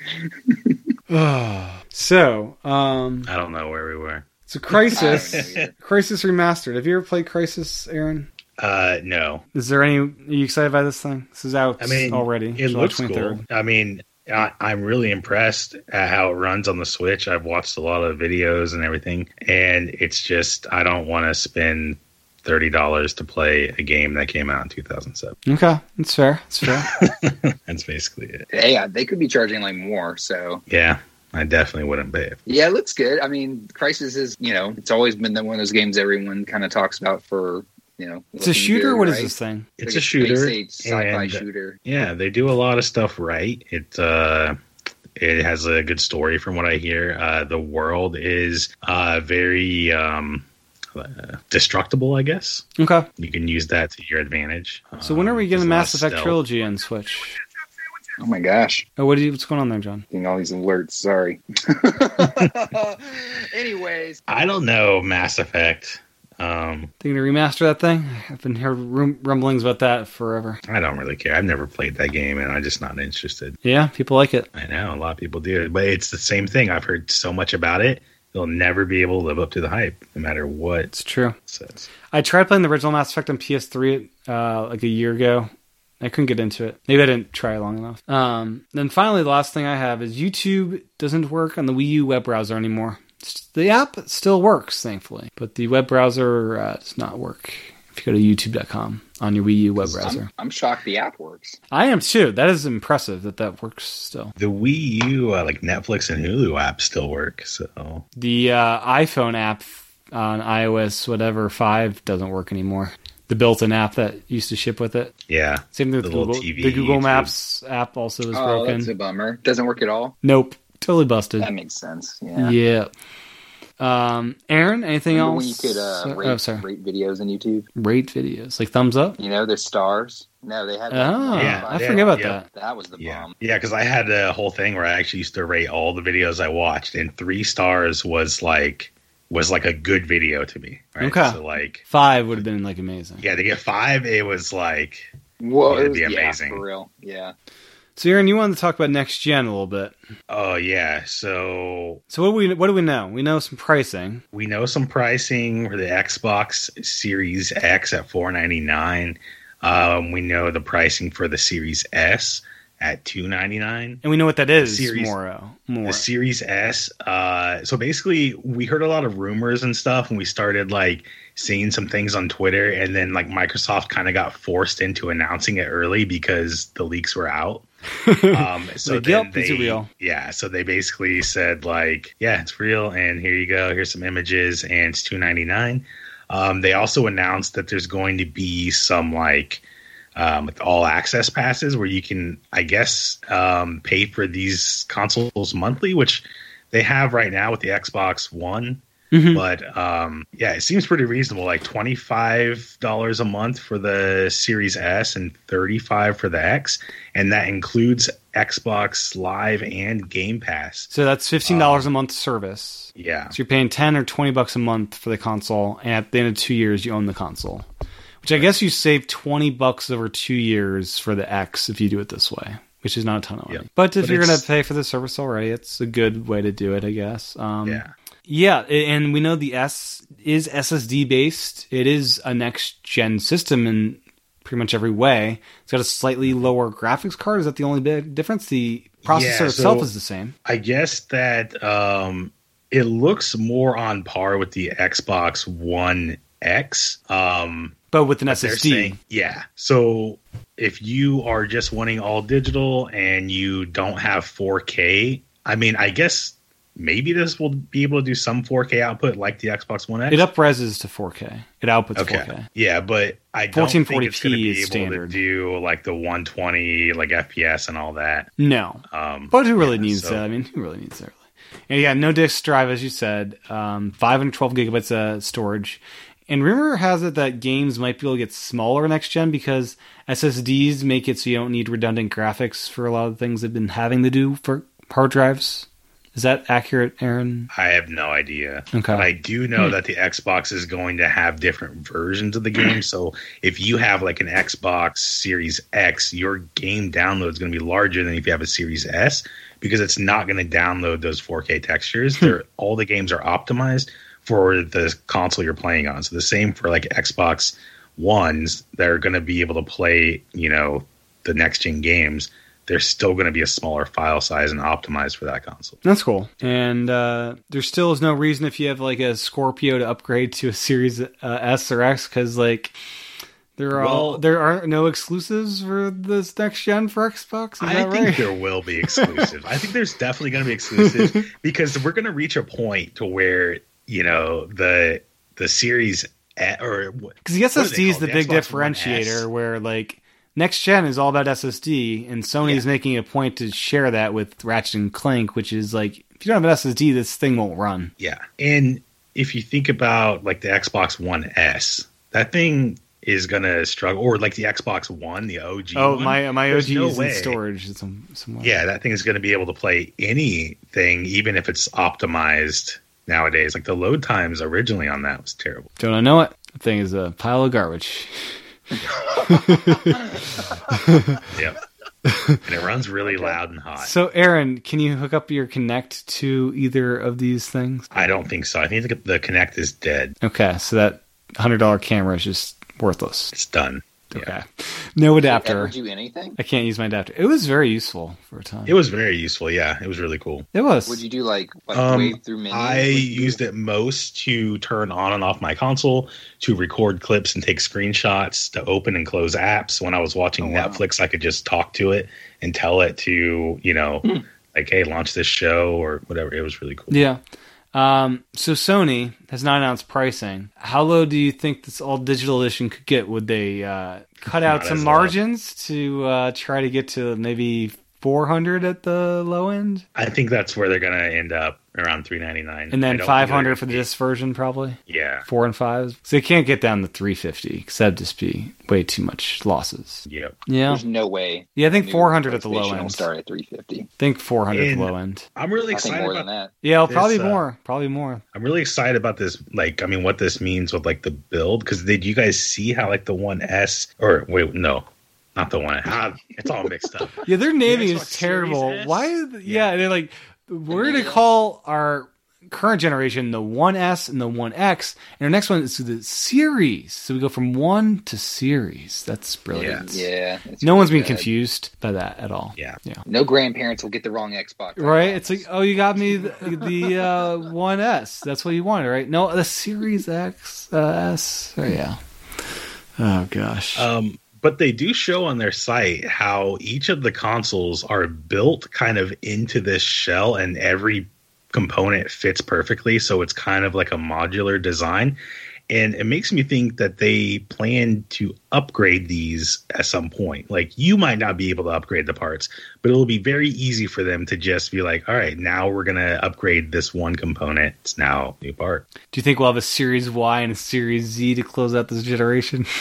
S1: Ah. so, um,
S3: I don't know where we were.
S1: so
S2: I
S1: Crisis,
S2: don't know either.
S1: Crisis Remastered. Have you ever played Crisis, Aaron?
S3: Uh no.
S1: Is there any? Are you excited by this thing? This is out
S3: I mean,
S1: already.
S3: It
S1: July
S3: looks
S1: 23rd.
S3: cool. I mean, I, I'm really impressed at how it runs on the Switch. I've watched a lot of videos and everything, and it's just I don't want to spend thirty dollars to play a game that came out in 2007.
S1: Okay, that's fair. That's fair.
S3: That's basically it.
S2: Hey, uh, they could be charging like more. So
S3: Yeah, I definitely wouldn't pay it.
S2: yeah, it looks good. I mean, Crisis is you know it's always been the, one of those games everyone kind of talks about for you know.
S1: it's a shooter. What is this thing?
S3: It's a shooter.
S2: sci-fi
S3: and-
S2: shooter.
S3: Yeah, they do a lot of stuff right. It uh it has a good story from what I hear. Uh the world is uh very um uh, destructible, I guess.
S1: Okay.
S3: You can use that to your advantage.
S1: So when are we
S3: Um,
S1: getting the
S3: there's a lot
S1: Mass
S3: of
S1: Effect
S3: stealth.
S1: trilogy on Switch?
S2: Oh my gosh,
S1: Oh, what do you, what's going on there, John?
S2: getting all these alerts. Sorry. Anyways,
S3: I don't know Mass Effect. Um
S1: They're gonna remaster that thing. I've been hearing rum- rumblings about that forever.
S3: I don't really care. I've never played that game and I'm just not interested.
S1: Yeah, people like it.
S3: I know a lot of people do, but it's the same thing. I've heard so much about it They'll never be able to live up to the hype, no matter what it
S1: It's true.
S3: says.
S1: I tried playing the original Mass Effect on PS3 uh, like a year ago. I couldn't get into it. Maybe I didn't try long enough. Um, then finally, the last thing I have is YouTube doesn't work on the Wii U web browser anymore. S- The app still works, thankfully, but the web browser uh, does not work. If you go to YouTube.com on your Wii U web browser,
S2: I'm, I'm shocked the app works.
S1: I am too. That is impressive that that works still.
S3: The Wii U, uh, like Netflix and Hulu apps, still work. So
S1: The uh, iPhone app on iOS whatever five doesn't work anymore. The built-in app that used to ship with it.
S3: yeah,
S1: Same thing with
S3: The little
S1: Google.
S3: TV,
S1: the Google
S3: YouTube.
S1: Maps app also is
S2: Oh,
S1: broken.
S2: that's a bummer. Doesn't work at all.
S1: nope, totally busted.
S2: That makes sense. Yeah.
S1: Yeah. Um, Aaron, anything
S2: Remember
S1: else?
S2: when you could uh, rate,
S1: oh, sorry.
S2: rate videos on YouTube?
S1: Rate videos like thumbs up.
S2: You know, they're stars. No, they had.
S1: Oh,
S2: that.
S3: Yeah,
S1: I
S3: yeah,
S1: forget about
S3: yeah.
S1: that.
S2: That was the
S3: yeah,
S2: bomb.
S3: yeah. Because I had a whole thing where I actually used to rate all the videos I watched, and three stars was like was like a good video to me. Right?
S1: Okay.
S3: so like
S1: Five would have been like amazing.
S3: yeah, to get five, it was like
S2: Whoa,
S3: That'd
S2: it was-
S3: be amazing.
S2: Yeah, for real. Yeah.
S1: So Aaron, you wanted to talk about next gen a little bit.
S3: oh yeah. So
S1: So what do we what do we know? We know some pricing.
S3: we know some pricing for the Xbox Series X at 499. Um, we know the pricing for the Series S at 299.
S1: And we know what that is,
S3: Series-
S1: Moro. More.
S3: The Series S. Uh, so basically, we heard a lot of rumors and stuff, and we started like seeing some things on Twitter, and then like Microsoft kind of got forced into announcing it early because the leaks were out. Um, so
S1: Like,
S3: then
S1: yep,
S3: they,
S1: it's real.
S3: yeah, so they basically said like, yeah, it's real, and here you go, here's some images, and it's two ninety nine. Um, they also announced that there's going to be some like um, with all access passes where you can, I guess, um, pay for these consoles monthly, which they have right now with the Xbox One.
S1: Mhm.
S3: But um, yeah, it seems pretty reasonable, like twenty five dollars a month for the Series S and thirty five for the X, and that includes Xbox Live and Game Pass.
S1: So that's fifteen dollars a month service.
S3: Yeah,
S1: So you're paying ten or twenty bucks a month for the console, and at the end of two years, you own the console. Which I guess you save twenty bucks over two years for the X if you do it this way, which is not a ton of money.
S3: Yeah.
S1: But if
S3: But
S1: you're going to
S3: it's-
S1: pay for the service already, it's a good way to do it, I guess. Um,
S3: yeah,
S1: yeah, a- and we know the S is SSD based. It is a next gen system in pretty much every way. It's got a slightly lower graphics card. Is that the only big difference? The processor
S3: so-
S1: itself is the same.
S3: I guess that um, it looks more on par with the Xbox One X. Um,
S1: But with an
S3: they're
S1: SSD,
S3: saying- yeah. So if you are just wanting all digital and you don't have 4K, I mean, I guess maybe this will be able to do some 4K output like the Xbox One X.
S1: it upreses to 4K. It outputs
S3: okay.
S1: 4K.
S3: Yeah, but I don't think it's going to
S1: 1440p
S3: be
S1: is
S3: able
S1: standard.
S3: to do like the 120 like FPS and all that.
S1: No,
S3: Um,
S1: but who really
S3: Yeah,
S1: needs
S3: so-
S1: that? I mean, who really needs that? Really? And yeah, no disk drive, as you said. Um, five and twelve gigabytes of storage. And rumor has it that games might be able to get smaller next gen because SSDs make it so you don't need redundant graphics for a lot of the things they've been having to do for hard drives. Is that accurate, Aaron?
S3: I have no idea.
S1: Okay.
S3: But I do know that the Xbox is going to have different versions of the game. So if you have like an Xbox Series X, your game download is going to be larger than if you have a Series S because it's not going to download those 4K textures. They're all the games are optimized for the console you're playing on. So the same for like Xbox ones that are going to be able to play, you know, the next gen games. They're still going to be a smaller file size and optimized for that console.
S1: That's cool. And uh, there still is no reason if you have like a Scorpio to upgrade to a Series uh, S or X because like there are all,
S3: Well-
S1: there are no exclusives for this next gen for Xbox. Is
S3: I
S1: that
S3: think
S1: right?
S3: there will be exclusives. I think there's definitely going to be exclusives because we're going to reach a point to where you know the the series eh, or
S1: Because the
S3: are they
S1: SSD is
S3: called?
S1: the
S3: The
S1: big
S3: Xbox One S.
S1: differentiator where like next gen is all about SSD, and Sony is making a point to share that with Ratchet and Clank, which is like if you don't have an SSD, this thing won't run.
S3: yeah, and if you think about like the Xbox One S, that thing is going to struggle, or like the Xbox One, the OG.
S1: Oh,
S3: one.
S1: my my OG
S3: There's no
S1: is in
S3: way.
S1: storage some, somewhere.
S3: Yeah, that thing is going to be able to play anything, even if it's optimized nowadays. Like the load times originally on that was terrible.
S1: Don't I know it? The thing is a pile of garbage.
S3: Yep. and it runs really loud and hot.
S1: So, Aaron, can you hook up your Connect to either of these things?
S3: I don't think so. I think the, the Connect is dead.
S1: Okay, so that hundred dollar camera is just worthless.
S3: It's done. Yeah.
S1: Okay, no
S2: Ever
S1: adapter.
S2: do anything?
S1: I can't use my adapter. It was very useful for a time.
S3: It was very useful. Yeah, it was really cool.
S1: It was.
S2: Would you do like like
S3: Um,
S2: wade through menus?
S3: I used it most to turn on and off my console, to record clips and take screenshots, to open and close apps. When I was watching
S2: Oh, wow.
S3: Netflix, I could just talk to it and tell it to, you know,
S2: Hmm.
S3: like, hey, launch this show or whatever. It was really cool.
S1: Yeah. Um, so Sony has not announced pricing. How low do you think this all digital edition could get? Would they uh, cut out
S3: Not
S1: some
S3: as low.
S1: margins to uh, try to get to maybe 400 at the low end,
S3: I think that's where they're going to end up around 399
S1: and
S3: I don't
S1: then
S3: think
S1: 500
S3: they're
S1: for the
S3: gonna
S1: disc version, probably
S3: be- Yeah.
S1: four and five. So they can't get down to 350 because that'd just be way too much losses.
S3: Yeah.
S1: Yeah,
S2: There's no way.
S1: yeah. I think
S2: new
S1: 400 at the low
S2: PlayStation Will
S1: end. I
S2: start at 350.
S1: think 400 at the
S3: In-
S1: low end.
S3: I'm really
S2: I think
S3: excited
S2: more
S3: about
S2: than that.
S1: Yeah, well,
S3: this,
S1: probably
S3: uh,
S1: more. Probably more.
S3: I'm really excited about this. Like, I mean, what this means with like the build? Because did you guys see how like the one S or wait, no, not the one. Ah, it's all mixed up.
S1: Yeah, their naming
S3: Xbox
S1: is
S3: Series
S1: terrible.
S3: S?
S1: Why? Is, yeah.
S3: Yeah.
S1: they're like we're gonna
S2: Neo.
S1: call our current generation the One S and the One X, and our next one is the series. So we go from one to series. That's brilliant.
S2: Yeah. it's
S1: No one's been
S2: pretty bad.
S1: confused by that at all.
S3: Yeah.
S2: No grandparents will get the wrong Xbox.
S1: Right? It's like, oh, you got me the, the uh, 1S. That's what you wanted, right? No, the Series X, uh, S. Oh, yeah. Oh, gosh.
S3: Um, but they do show on their site how each of the consoles are built kind of into this shell, and every component fits perfectly. So it's kind of like a modular design. And it makes me think that they plan to upgrade these at some point. Like, you might not be able to upgrade the parts, but it'll be very easy for them to just be like, all right, now we're going to upgrade this one component. It's now a new part.
S1: Do you think we'll have a Series Y and a Series Z to close out this generation?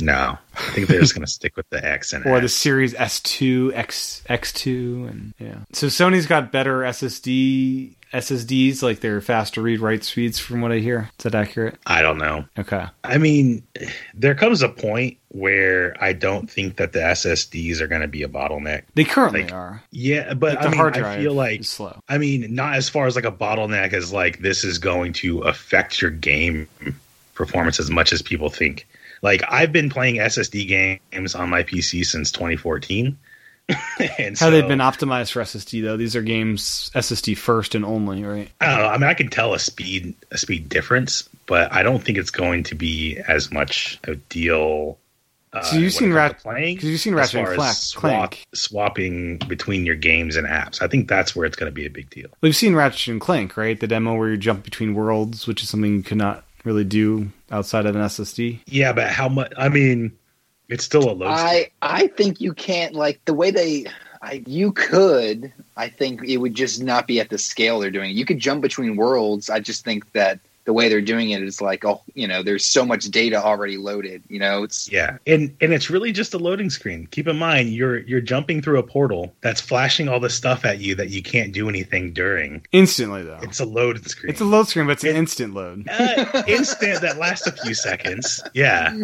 S3: No, I think they're just going to stick with the X and
S1: or the
S3: S.
S1: Series S2, X X2, and yeah. So Sony's got better SSD SSDs, like their faster read write speeds, from what I hear. Is that accurate?
S3: I don't know.
S1: Okay.
S3: I mean, there comes a point where I don't think that the SSDs are going to be a bottleneck.
S1: They currently
S3: Like,
S1: are.
S3: Yeah, but
S1: Like,
S3: I
S1: the
S3: mean,
S1: hard
S3: I
S1: drive
S3: feel like
S1: is slow.
S3: I mean, not as far as like a bottleneck as like this is going to affect your game performance as much as people think. Like I've been playing SSD games on my PC since 2014.
S1: How
S3: and so,
S1: they've been optimized for SSD though. These are games SSD first and only, right?
S3: I don't know. I mean, I can tell a speed a speed difference, but I don't think it's going to be as much a deal. Uh,
S1: So you've
S3: when it
S1: seen
S3: comes
S1: Rat-
S3: to playing
S1: 'cause you've seen
S3: as
S1: Ratchet and
S3: far as
S1: Clank-
S3: swap-
S1: Clank.
S3: swapping between your games and apps. I think that's where it's going to be a big deal.
S1: We've seen Ratchet and Clank, right? The demo where you jump between worlds, which is something you could not really do outside of an SSD.
S3: Yeah, but how much? I mean, it's still a low.
S2: I
S3: speed.
S2: I think you can't like the way they. I you could. I think it would just not be at the scale they're doing. it. You could jump between worlds. I just think that the way they're doing it is like oh you know there's so much data already loaded. You know it's
S3: Yeah, and and it's really just a loading screen. Keep in mind, you're you're jumping through a portal that's flashing all this stuff at you that you can't do anything during.
S1: Instantly though. It's,
S3: It's a loading screen.
S1: a load screen, but it's an
S3: It-
S1: instant load.
S3: uh, instant that lasts a few seconds. Yeah,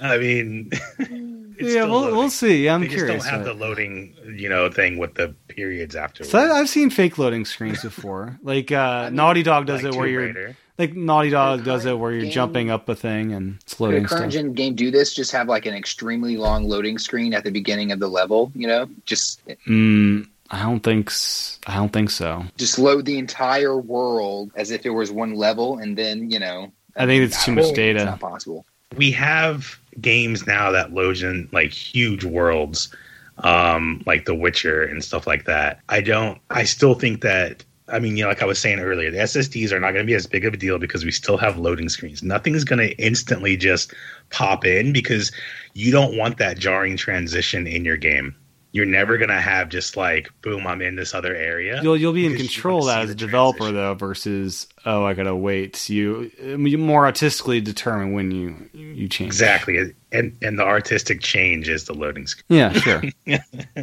S3: I mean, it's
S1: yeah, Mm.
S3: still
S1: we'll,
S3: loading.
S1: we'll see. I'm
S3: they just
S1: curious.
S3: don't have
S1: but-
S3: the loading, you know, thing with the periods afterwards.
S1: So I- I've seen fake loading screens before. Like uh,
S2: mean,
S1: Naughty Dog does
S3: Like
S1: it where
S3: Tomb
S1: you're
S3: Raider.
S1: like Naughty Dog does it
S2: current
S1: where you're
S2: game-
S1: jumping up a thing and it's
S2: could
S1: loading
S2: a
S1: stuff.
S2: current gen game do this? Just have like an extremely long loading screen at the beginning of the level. You know, just
S1: Mm, I don't think s- I don't think so.
S2: just load the entire world as if it was one level, and then you know.
S1: I think it's too
S2: don't
S1: much
S2: know.
S1: data.
S2: It's not possible.
S3: we have games now that load in like huge worlds, um, like The Witcher and stuff like that. I don't. I still think that. I mean, you know, like I was saying earlier, the SSDs are not going to be as big of a deal because we still have loading screens. Nothing's going to instantly just pop in because you don't want that jarring transition in your game. You're never going to have just like, boom, I'm in this other area.
S1: You'll you'll be in
S3: Because you
S1: control of
S3: wanna
S1: that
S3: see
S1: as a
S3: the
S1: developer
S3: transition.
S1: though versus oh I gotta wait. You you more artistically determine when you you change.
S3: Exactly. And and the artistic change is the loading screen.
S1: Yeah, sure. but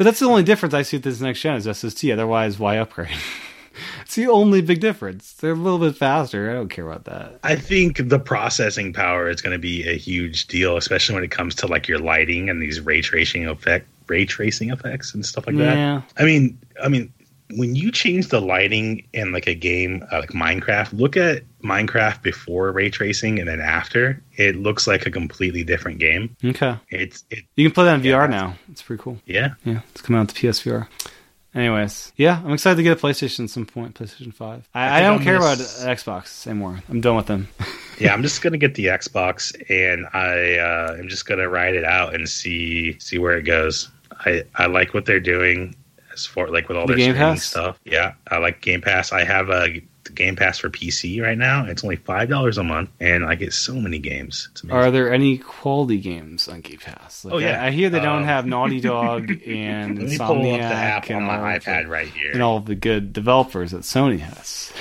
S1: that's the only difference I see with this next gen is SST. Otherwise, why upgrade? it's the only big difference. They're a little bit faster. I don't care about that.
S3: I think the processing power is going to be a huge deal, especially when it comes to like your lighting and these ray tracing effect ray tracing effects and stuff like that.
S1: yeah.
S3: I mean, I mean, when you change the lighting in like a game uh, like Minecraft, look at Minecraft before ray tracing and then after. It looks like a completely different game.
S1: Okay.
S3: It's it
S1: You can play that in
S3: Yeah,
S1: VR
S3: that's-
S1: now. It's pretty cool.
S3: yeah.
S1: Yeah, it's coming out with the PSVR. Anyways, yeah, I'm excited to get a PlayStation at some point, PlayStation 5. I, I,
S3: think
S1: don't
S3: I'm
S1: care
S3: gonna
S1: about
S3: s-
S1: Xbox anymore. I'm done with them.
S3: Yeah, I'm just gonna get the Xbox and I uh, I'm just gonna ride it out and see see where it goes. I I like what they're doing as for like with all
S1: The
S3: their
S1: Game
S3: streaming
S1: Pass?
S3: stuff. Yeah, I like Game Pass. I have a the Game Pass for PC right now. It's only five dollars a month, and I get so many games. It's amazing.
S1: Are there any quality games on Game Pass? Like,
S3: Oh, yeah.
S1: I, I hear they don't
S3: Um,
S1: have Naughty Dog and
S3: Let me pull up the
S1: Insomniac
S3: app
S1: and
S3: on
S1: all
S3: my
S1: of the-
S3: iPad right here.
S1: and all of the good developers that Sony has.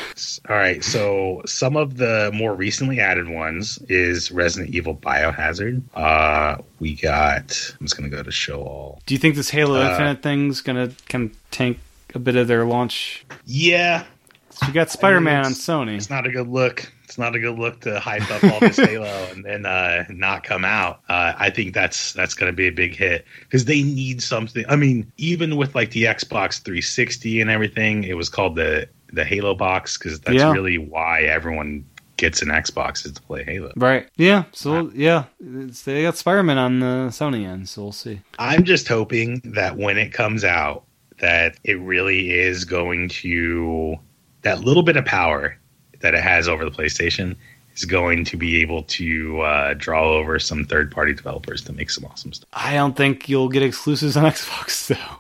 S3: All right, so some of the more recently added ones is Resident Evil Biohazard. Uh, we got. I'm just gonna go to show all.
S1: Do you think this Halo
S3: Uh,
S1: Infinite thing's gonna can tank a bit of their launch?
S3: Yeah,
S1: 'Cause We got Spider-Man
S3: it's-
S1: on Sony.
S3: it's not a good look. It's not a good look to hype up all this Halo and then uh, not come out. Uh, I think that's that's going to be a big hit because they need something. I mean, even with like the Xbox 360 and everything, it was called the the Halo box because that's
S1: Yeah.
S3: really why everyone gets an Xbox is to play Halo.
S1: Right. Yeah. So yeah, it's, they got Spider-Man on the Sony end, so we'll see.
S3: I'm just hoping that when it comes out, that it really is going to that little bit of power that it has over the PlayStation is going to be able to uh, draw over some third-party developers to make some awesome stuff.
S1: I don't think you'll get exclusives on Xbox though,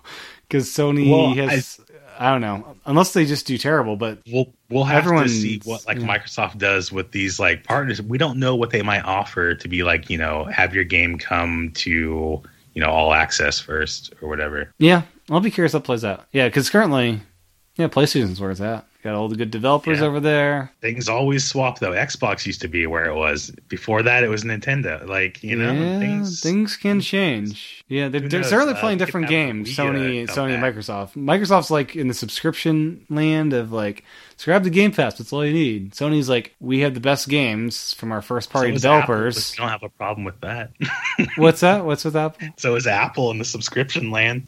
S1: because Sony
S3: Well,
S1: has. I, don't know, unless they just do terrible. But
S3: We'll we'll have to
S1: Everyone's-
S3: see what like
S1: yeah.
S3: Microsoft does with these like partners. We don't know what they might offer to be like you know have your game come to you know all access first or whatever.
S1: yeah, I'll be curious how it plays out. Yeah, because currently, yeah, PlayStation's where it's at. Got all the good developers
S3: Yeah.
S1: over there.
S3: things always swap though. Xbox used to be where it was. Before that, it was Nintendo. Like you know,
S1: yeah,
S3: things.
S1: things, can change. Yeah, they're,
S3: Who
S1: they're
S3: knows?
S1: certainly
S3: Uh,
S1: playing
S3: we could
S1: different
S3: have
S1: games.
S3: Wii, uh,
S1: Sony,
S3: come
S1: Sony, and
S3: back.
S1: Microsoft. Microsoft's like in the subscription land of like, just grab the Game Pass. That's all you need. Sony's like, we have the best games from our first party
S3: so is
S1: developers.
S3: Apple, but we don't have a problem with that.
S1: What's that? What's with Apple?
S3: so is Apple in the subscription land,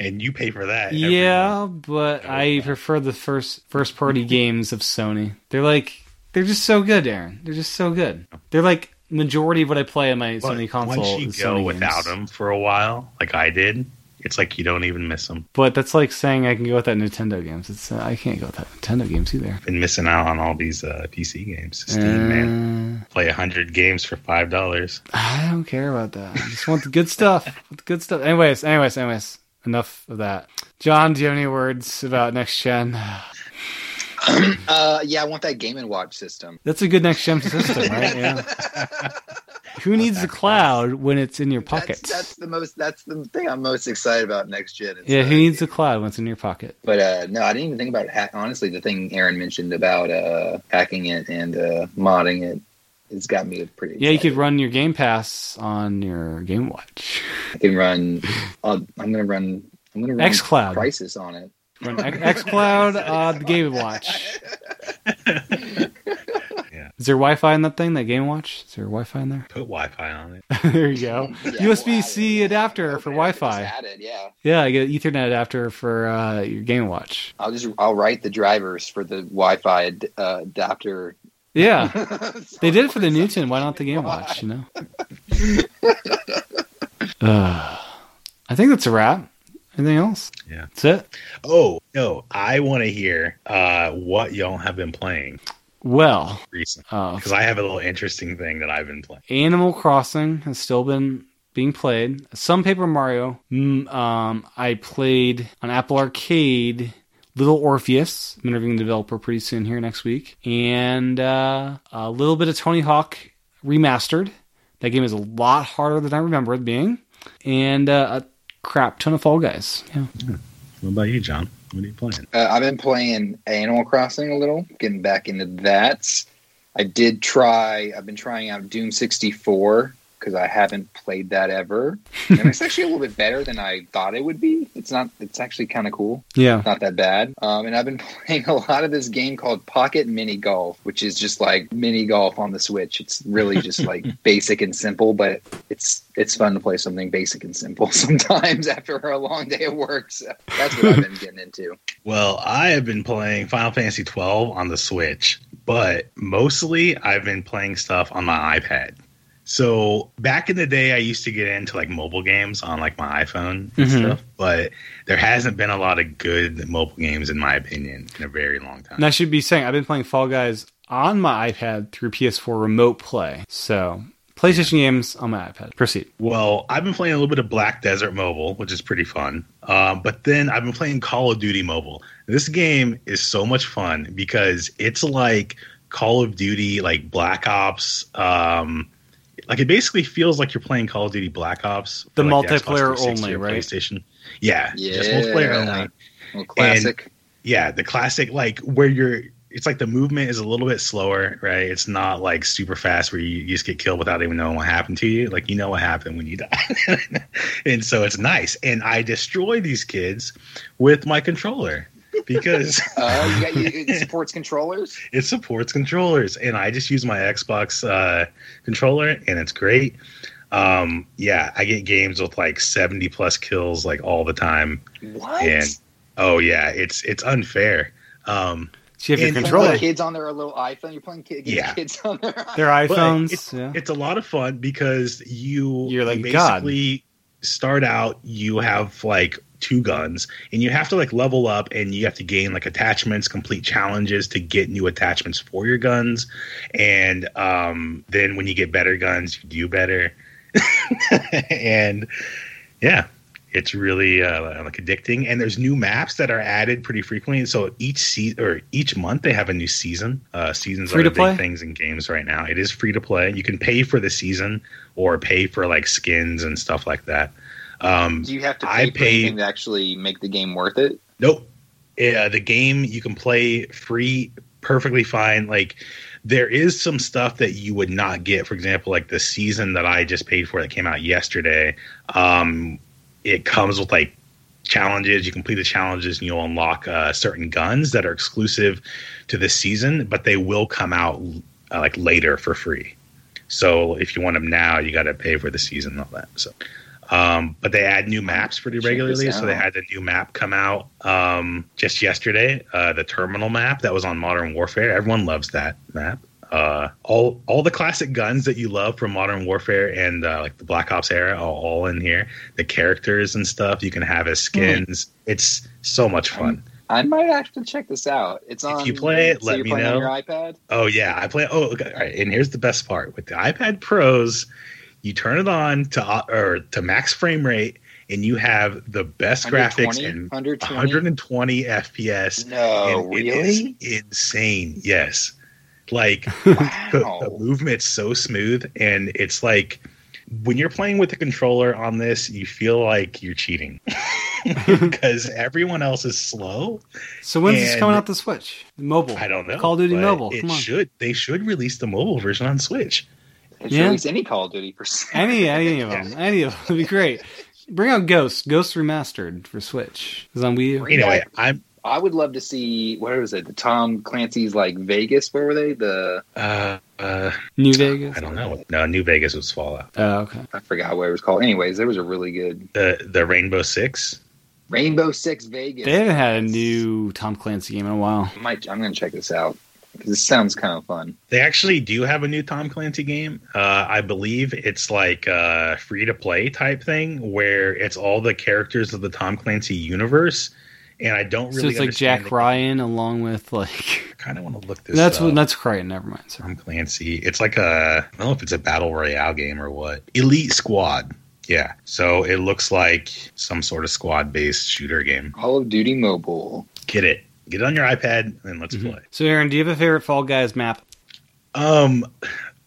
S3: and you pay for that. every month.
S1: yeah, but
S3: Every
S1: I
S3: month.
S1: prefer the first first party games of Sony. They're like they're just so good, Aaron. They're just so good. They're like majority of what I play on my
S3: But
S1: Sony console.
S3: Once you
S1: is
S3: go
S1: Sony
S3: without
S1: games.
S3: them for a while, like I did, it's like you don't even miss them.
S1: but that's like saying I can go without Nintendo games. It's uh, I can't go without Nintendo games either.
S3: Been missing out on all these uh, PC games. Steam, man,
S1: Uh,
S3: play hundred games for five dollars.
S1: I don't care about that. I just want the good stuff. I want the good stuff. Anyways, anyways, anyways. Enough of that. John, do you have any words about next gen?
S2: Uh, yeah, I want that Game and Watch system.
S1: That's a good next gen system, right? Yeah. Who needs the cloud when it's in your pocket?
S2: That's, that's the most. That's the thing I'm most excited about next gen. is
S1: yeah,
S2: that
S1: who needs the cloud when it's in your pocket?
S2: But uh, no, I didn't even think about ha- honestly the thing Aaron mentioned about uh, hacking it and uh, modding it. It's got me pretty.
S1: Yeah, you could
S2: excited.
S1: run your Game Pass on your Game Watch.
S2: I can run. I'll, I'm gonna run. I'm gonna run
S1: xCloud.
S2: Crisis on it.
S1: Run X- xCloud on the Game Watch.
S3: Yeah.
S1: Is there Wi-Fi in that thing? That Game Watch? Is there Wi-Fi in there?
S3: Put Wi-Fi on it.
S1: there you go.
S2: Yeah,
S1: USB-C
S2: well, I-
S1: adapter for
S2: I'll just
S1: Wi-Fi.
S2: add it, yeah,
S1: Yeah, I get Ethernet adapter for uh, your Game Watch.
S2: I'll just I'll write the drivers for the Wi-Fi ad- uh, adapter.
S1: Yeah,
S2: So-
S1: they did it for the Newton. Why not the Game Watch? You know. uh, I think that's a wrap. Anything else?
S3: Yeah.
S1: that's it.
S3: Oh no, I want to hear uh, what y'all have been playing
S1: Well,
S3: recently
S1: uh,
S3: because I have a little interesting thing that I've been playing.
S1: Animal Crossing has still been being played. Some Paper Mario. Mm, um, I played on Apple Arcade. Little Orpheus. I'm interviewing the developer pretty soon here next week, and uh, a little bit of Tony Hawk remastered. That game is a lot harder than I remember it being, and uh, a crap ton of Fall Guys. Yeah.
S3: What about you, John? What are you playing?
S2: Uh, I've been playing Animal Crossing a little, getting back into that. I did try. I've been trying out Doom sixty four because I haven't played that ever, and it's actually a little bit better than I thought it would be. It's not. It's actually kind of cool.
S1: Yeah.
S2: Not that bad. Um, and I've been playing a lot of this game called Pocket Mini Golf, which is just like mini golf on the Switch. It's really just like basic and simple, but it's it's fun to play something basic and simple sometimes after a long day of work. So that's what I've been getting into.
S3: Well, I have been playing Final Fantasy 12 on the Switch, but mostly I've been playing stuff on my iPad. So back in the day, I used to get into like mobile games on like my iPhone and
S1: Mhm.
S3: stuff, but there hasn't been a lot of good mobile games, in my opinion, in a very long time.
S1: And I should be saying I've been playing Fall Guys on my iPad through PS4 Remote Play. So PlayStation games on my iPad. Proceed.
S3: Well, I've been playing a little bit of Black Desert Mobile, which is pretty fun. Um, but then I've been playing Call of Duty Mobile. This game is so much fun because it's like Call of Duty, like Black Ops. Um, like it basically feels like you're playing Call of Duty Black Ops. for,
S1: The
S3: like, Xbox
S1: multiplayer
S3: 360
S1: only,
S3: or
S1: right?
S3: PlayStation. Yeah,
S2: Yeah,
S3: just multiplayer only.
S2: Well, classic.
S3: Yeah, the classic like where you're. It's like the movement is a little bit slower, right? It's not like super fast where you, you just get killed without even knowing what happened to you. Like you know what happened when you die, and so it's nice. And I destroy these kids with my controller because
S2: Uh, you got, you, it supports controllers.
S3: it supports controllers, and I just use my Xbox uh, controller, and it's great. Um, yeah, I get games with like seventy plus kills like all the time.
S2: What?
S3: And- Oh yeah, it's it's unfair. Um,
S1: So you have
S3: And-
S1: your
S2: Playing
S1: controller,
S2: with Kids on their little iPhone. You're playing kid,
S3: Yeah.
S2: kids on their. iPhone.
S1: their iPhones.
S3: it's-
S1: yeah.
S3: it's a lot of fun because you
S1: You're like,
S3: you
S1: God.
S3: basically start out you have like two guns and you have to like level up and you have to gain like attachments complete challenges to get new attachments for your guns and um then when you get better guns you do better and yeah it's really uh, like addicting and there's new maps that are added pretty frequently so each season or each month they have a new season uh seasons
S1: Free
S3: are
S1: to
S3: the
S1: play?
S3: big things in games right now it is free to play you can pay for the season or pay for like skins and stuff like that um
S2: Do you have to pay
S3: I
S2: for
S3: paid-
S2: anything to actually make the game worth it?
S3: Nope. Uh, the game you can play free, perfectly fine. Like there is some stuff that you would not get. For example, like the season that I just paid for that came out yesterday. Um, it comes with like challenges. You complete the challenges and you'll unlock uh, certain guns that are exclusive to this season, but they will come out uh, like later for free. So if you want them now, you got to pay for the season and all that. So, um, but they add new maps pretty
S2: Check this
S3: regularly. So they
S2: out.
S3: had the new map come out um, just yesterday. Uh, the terminal map that was on Modern Warfare. Everyone loves that map. Uh, all all the classic guns that you love from Modern Warfare and uh, like the Black Ops era are all in here. The characters and stuff you can have as skins. It's so much fun.
S2: I might actually check this out. It's
S3: If
S2: on.
S3: you play it,
S2: so
S3: let
S2: you're
S3: me
S2: playing on
S3: know.
S2: your iPad.
S3: Oh yeah, I play. Oh, okay. all right. And here's the best part with the iPad Pros, you turn it on to uh, or to max frame rate, and you have the best graphics
S2: 120?
S3: and Oh,
S2: 120?
S3: 120 FPS.
S2: No,
S3: and
S2: really?
S3: It is insane. Yes, like the, the
S2: Wow.
S3: movement's so smooth, and it's like when you're playing with the controller on this, you feel like you're cheating because everyone else is slow.
S1: so when's this
S3: and-
S1: coming out the Switch? Mobile.
S3: I don't know.
S1: Call of Duty
S3: but
S1: Mobile.
S3: It
S1: Come on.
S3: should. They should release the mobile version on Switch.
S2: It's
S1: Yeah.
S2: released any Call of Duty percent.
S1: Any any of them. Any of them would be great. Bring out Ghost. Ghost remastered for Switch. Is on Wii U.
S2: Great.
S3: Anyway, I'm.
S2: I would love to see where was it? The Tom Clancy's like Vegas. Where were they? The
S3: Uh, uh,
S1: New Vegas.
S3: I don't know. No, New Vegas was Fallout.
S1: Oh, okay.
S2: I forgot what it was called. Anyways, there was a really good
S3: The the Rainbow Six.
S2: Rainbow Six Vegas.
S1: They haven't had a new Tom Clancy game in a while.
S2: I Might I'm gonna check this out because this sounds kind of fun.
S3: They actually do have a new Tom Clancy game. Uh, I believe it's like a free to play type thing where it's all the characters of the Tom Clancy universe. And I don't really.
S1: so it's like
S3: understand
S1: Jack
S3: the-
S1: Ryan along with like
S3: I kind of want to look this. uh,
S1: that's
S3: up.
S1: what that's Crichton. Never mind. Sorry.
S3: Tom Clancy. It's like a I don't know if it's a battle royale game or what. Elite Squad. Yeah. So it looks like some sort of squad based shooter game.
S2: Call of Duty Mobile.
S3: Get it. Get it on your iPad and let's
S1: Mhm.
S3: play.
S1: So Aaron, do you have a favorite Fall Guys map?
S3: Um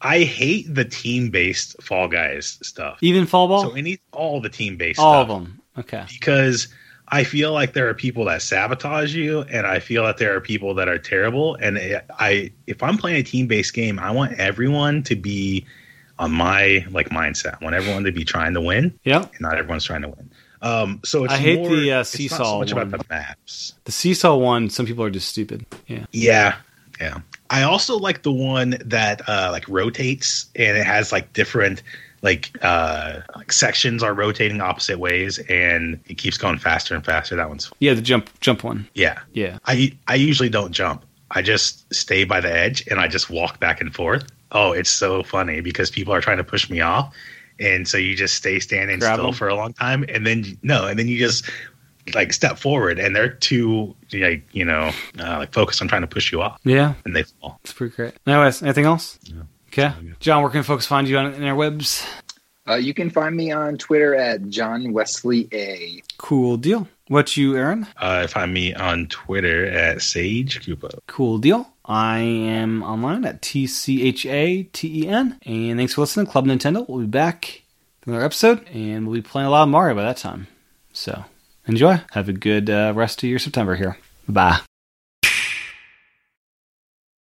S3: I hate the team based Fall Guys stuff.
S1: Even Fall Ball?
S3: So any all the team based
S1: All
S3: stuff.
S1: of them. Okay.
S3: because I feel like there are people that sabotage you, and I feel that there are people that are terrible. And I, if I'm playing a team based game, I want everyone to be on my like mindset. I want everyone to be trying to win,
S1: Yeah,
S3: and not everyone's trying to win. Um, so it's
S1: I hate
S3: more,
S1: the, uh,
S3: it's not
S1: seesaw
S3: so much
S1: one.
S3: about the maps.
S1: the seesaw one. Some people are just stupid. Yeah,
S3: Yeah, yeah. I also like the one that uh, like rotates and it has like different like uh like sections are rotating opposite ways and it keeps going faster and faster. That one's
S1: yeah, the jump jump one.
S3: yeah.
S1: Yeah,
S3: I I usually don't jump. I just stay by the edge and I just walk back and forth. Oh, it's so funny because people are trying to push me off, and so you just stay standing
S1: Grab
S3: still
S1: them.
S3: for a long time, and then no, and then you just like step forward, and they're too like you know uh, like focused on trying to push you off,
S1: yeah,
S3: and they fall.
S1: it's pretty great. Anyways, anything else?
S3: No.
S1: Okay,
S3: all good.
S1: John, where can folks find you on in our webs?
S2: Uh, you can find me on Twitter at John Wesley A.
S1: Cool deal. What you, Aaron?
S3: Uh, find me on Twitter at Sage Cupo.
S1: Cool deal. I am online at T C H A T E N. And thanks for listening, Club Nintendo. We'll be back for another episode, and we'll be playing a lot of Mario by that time. So enjoy. Have a good uh, rest of your September here. Bye.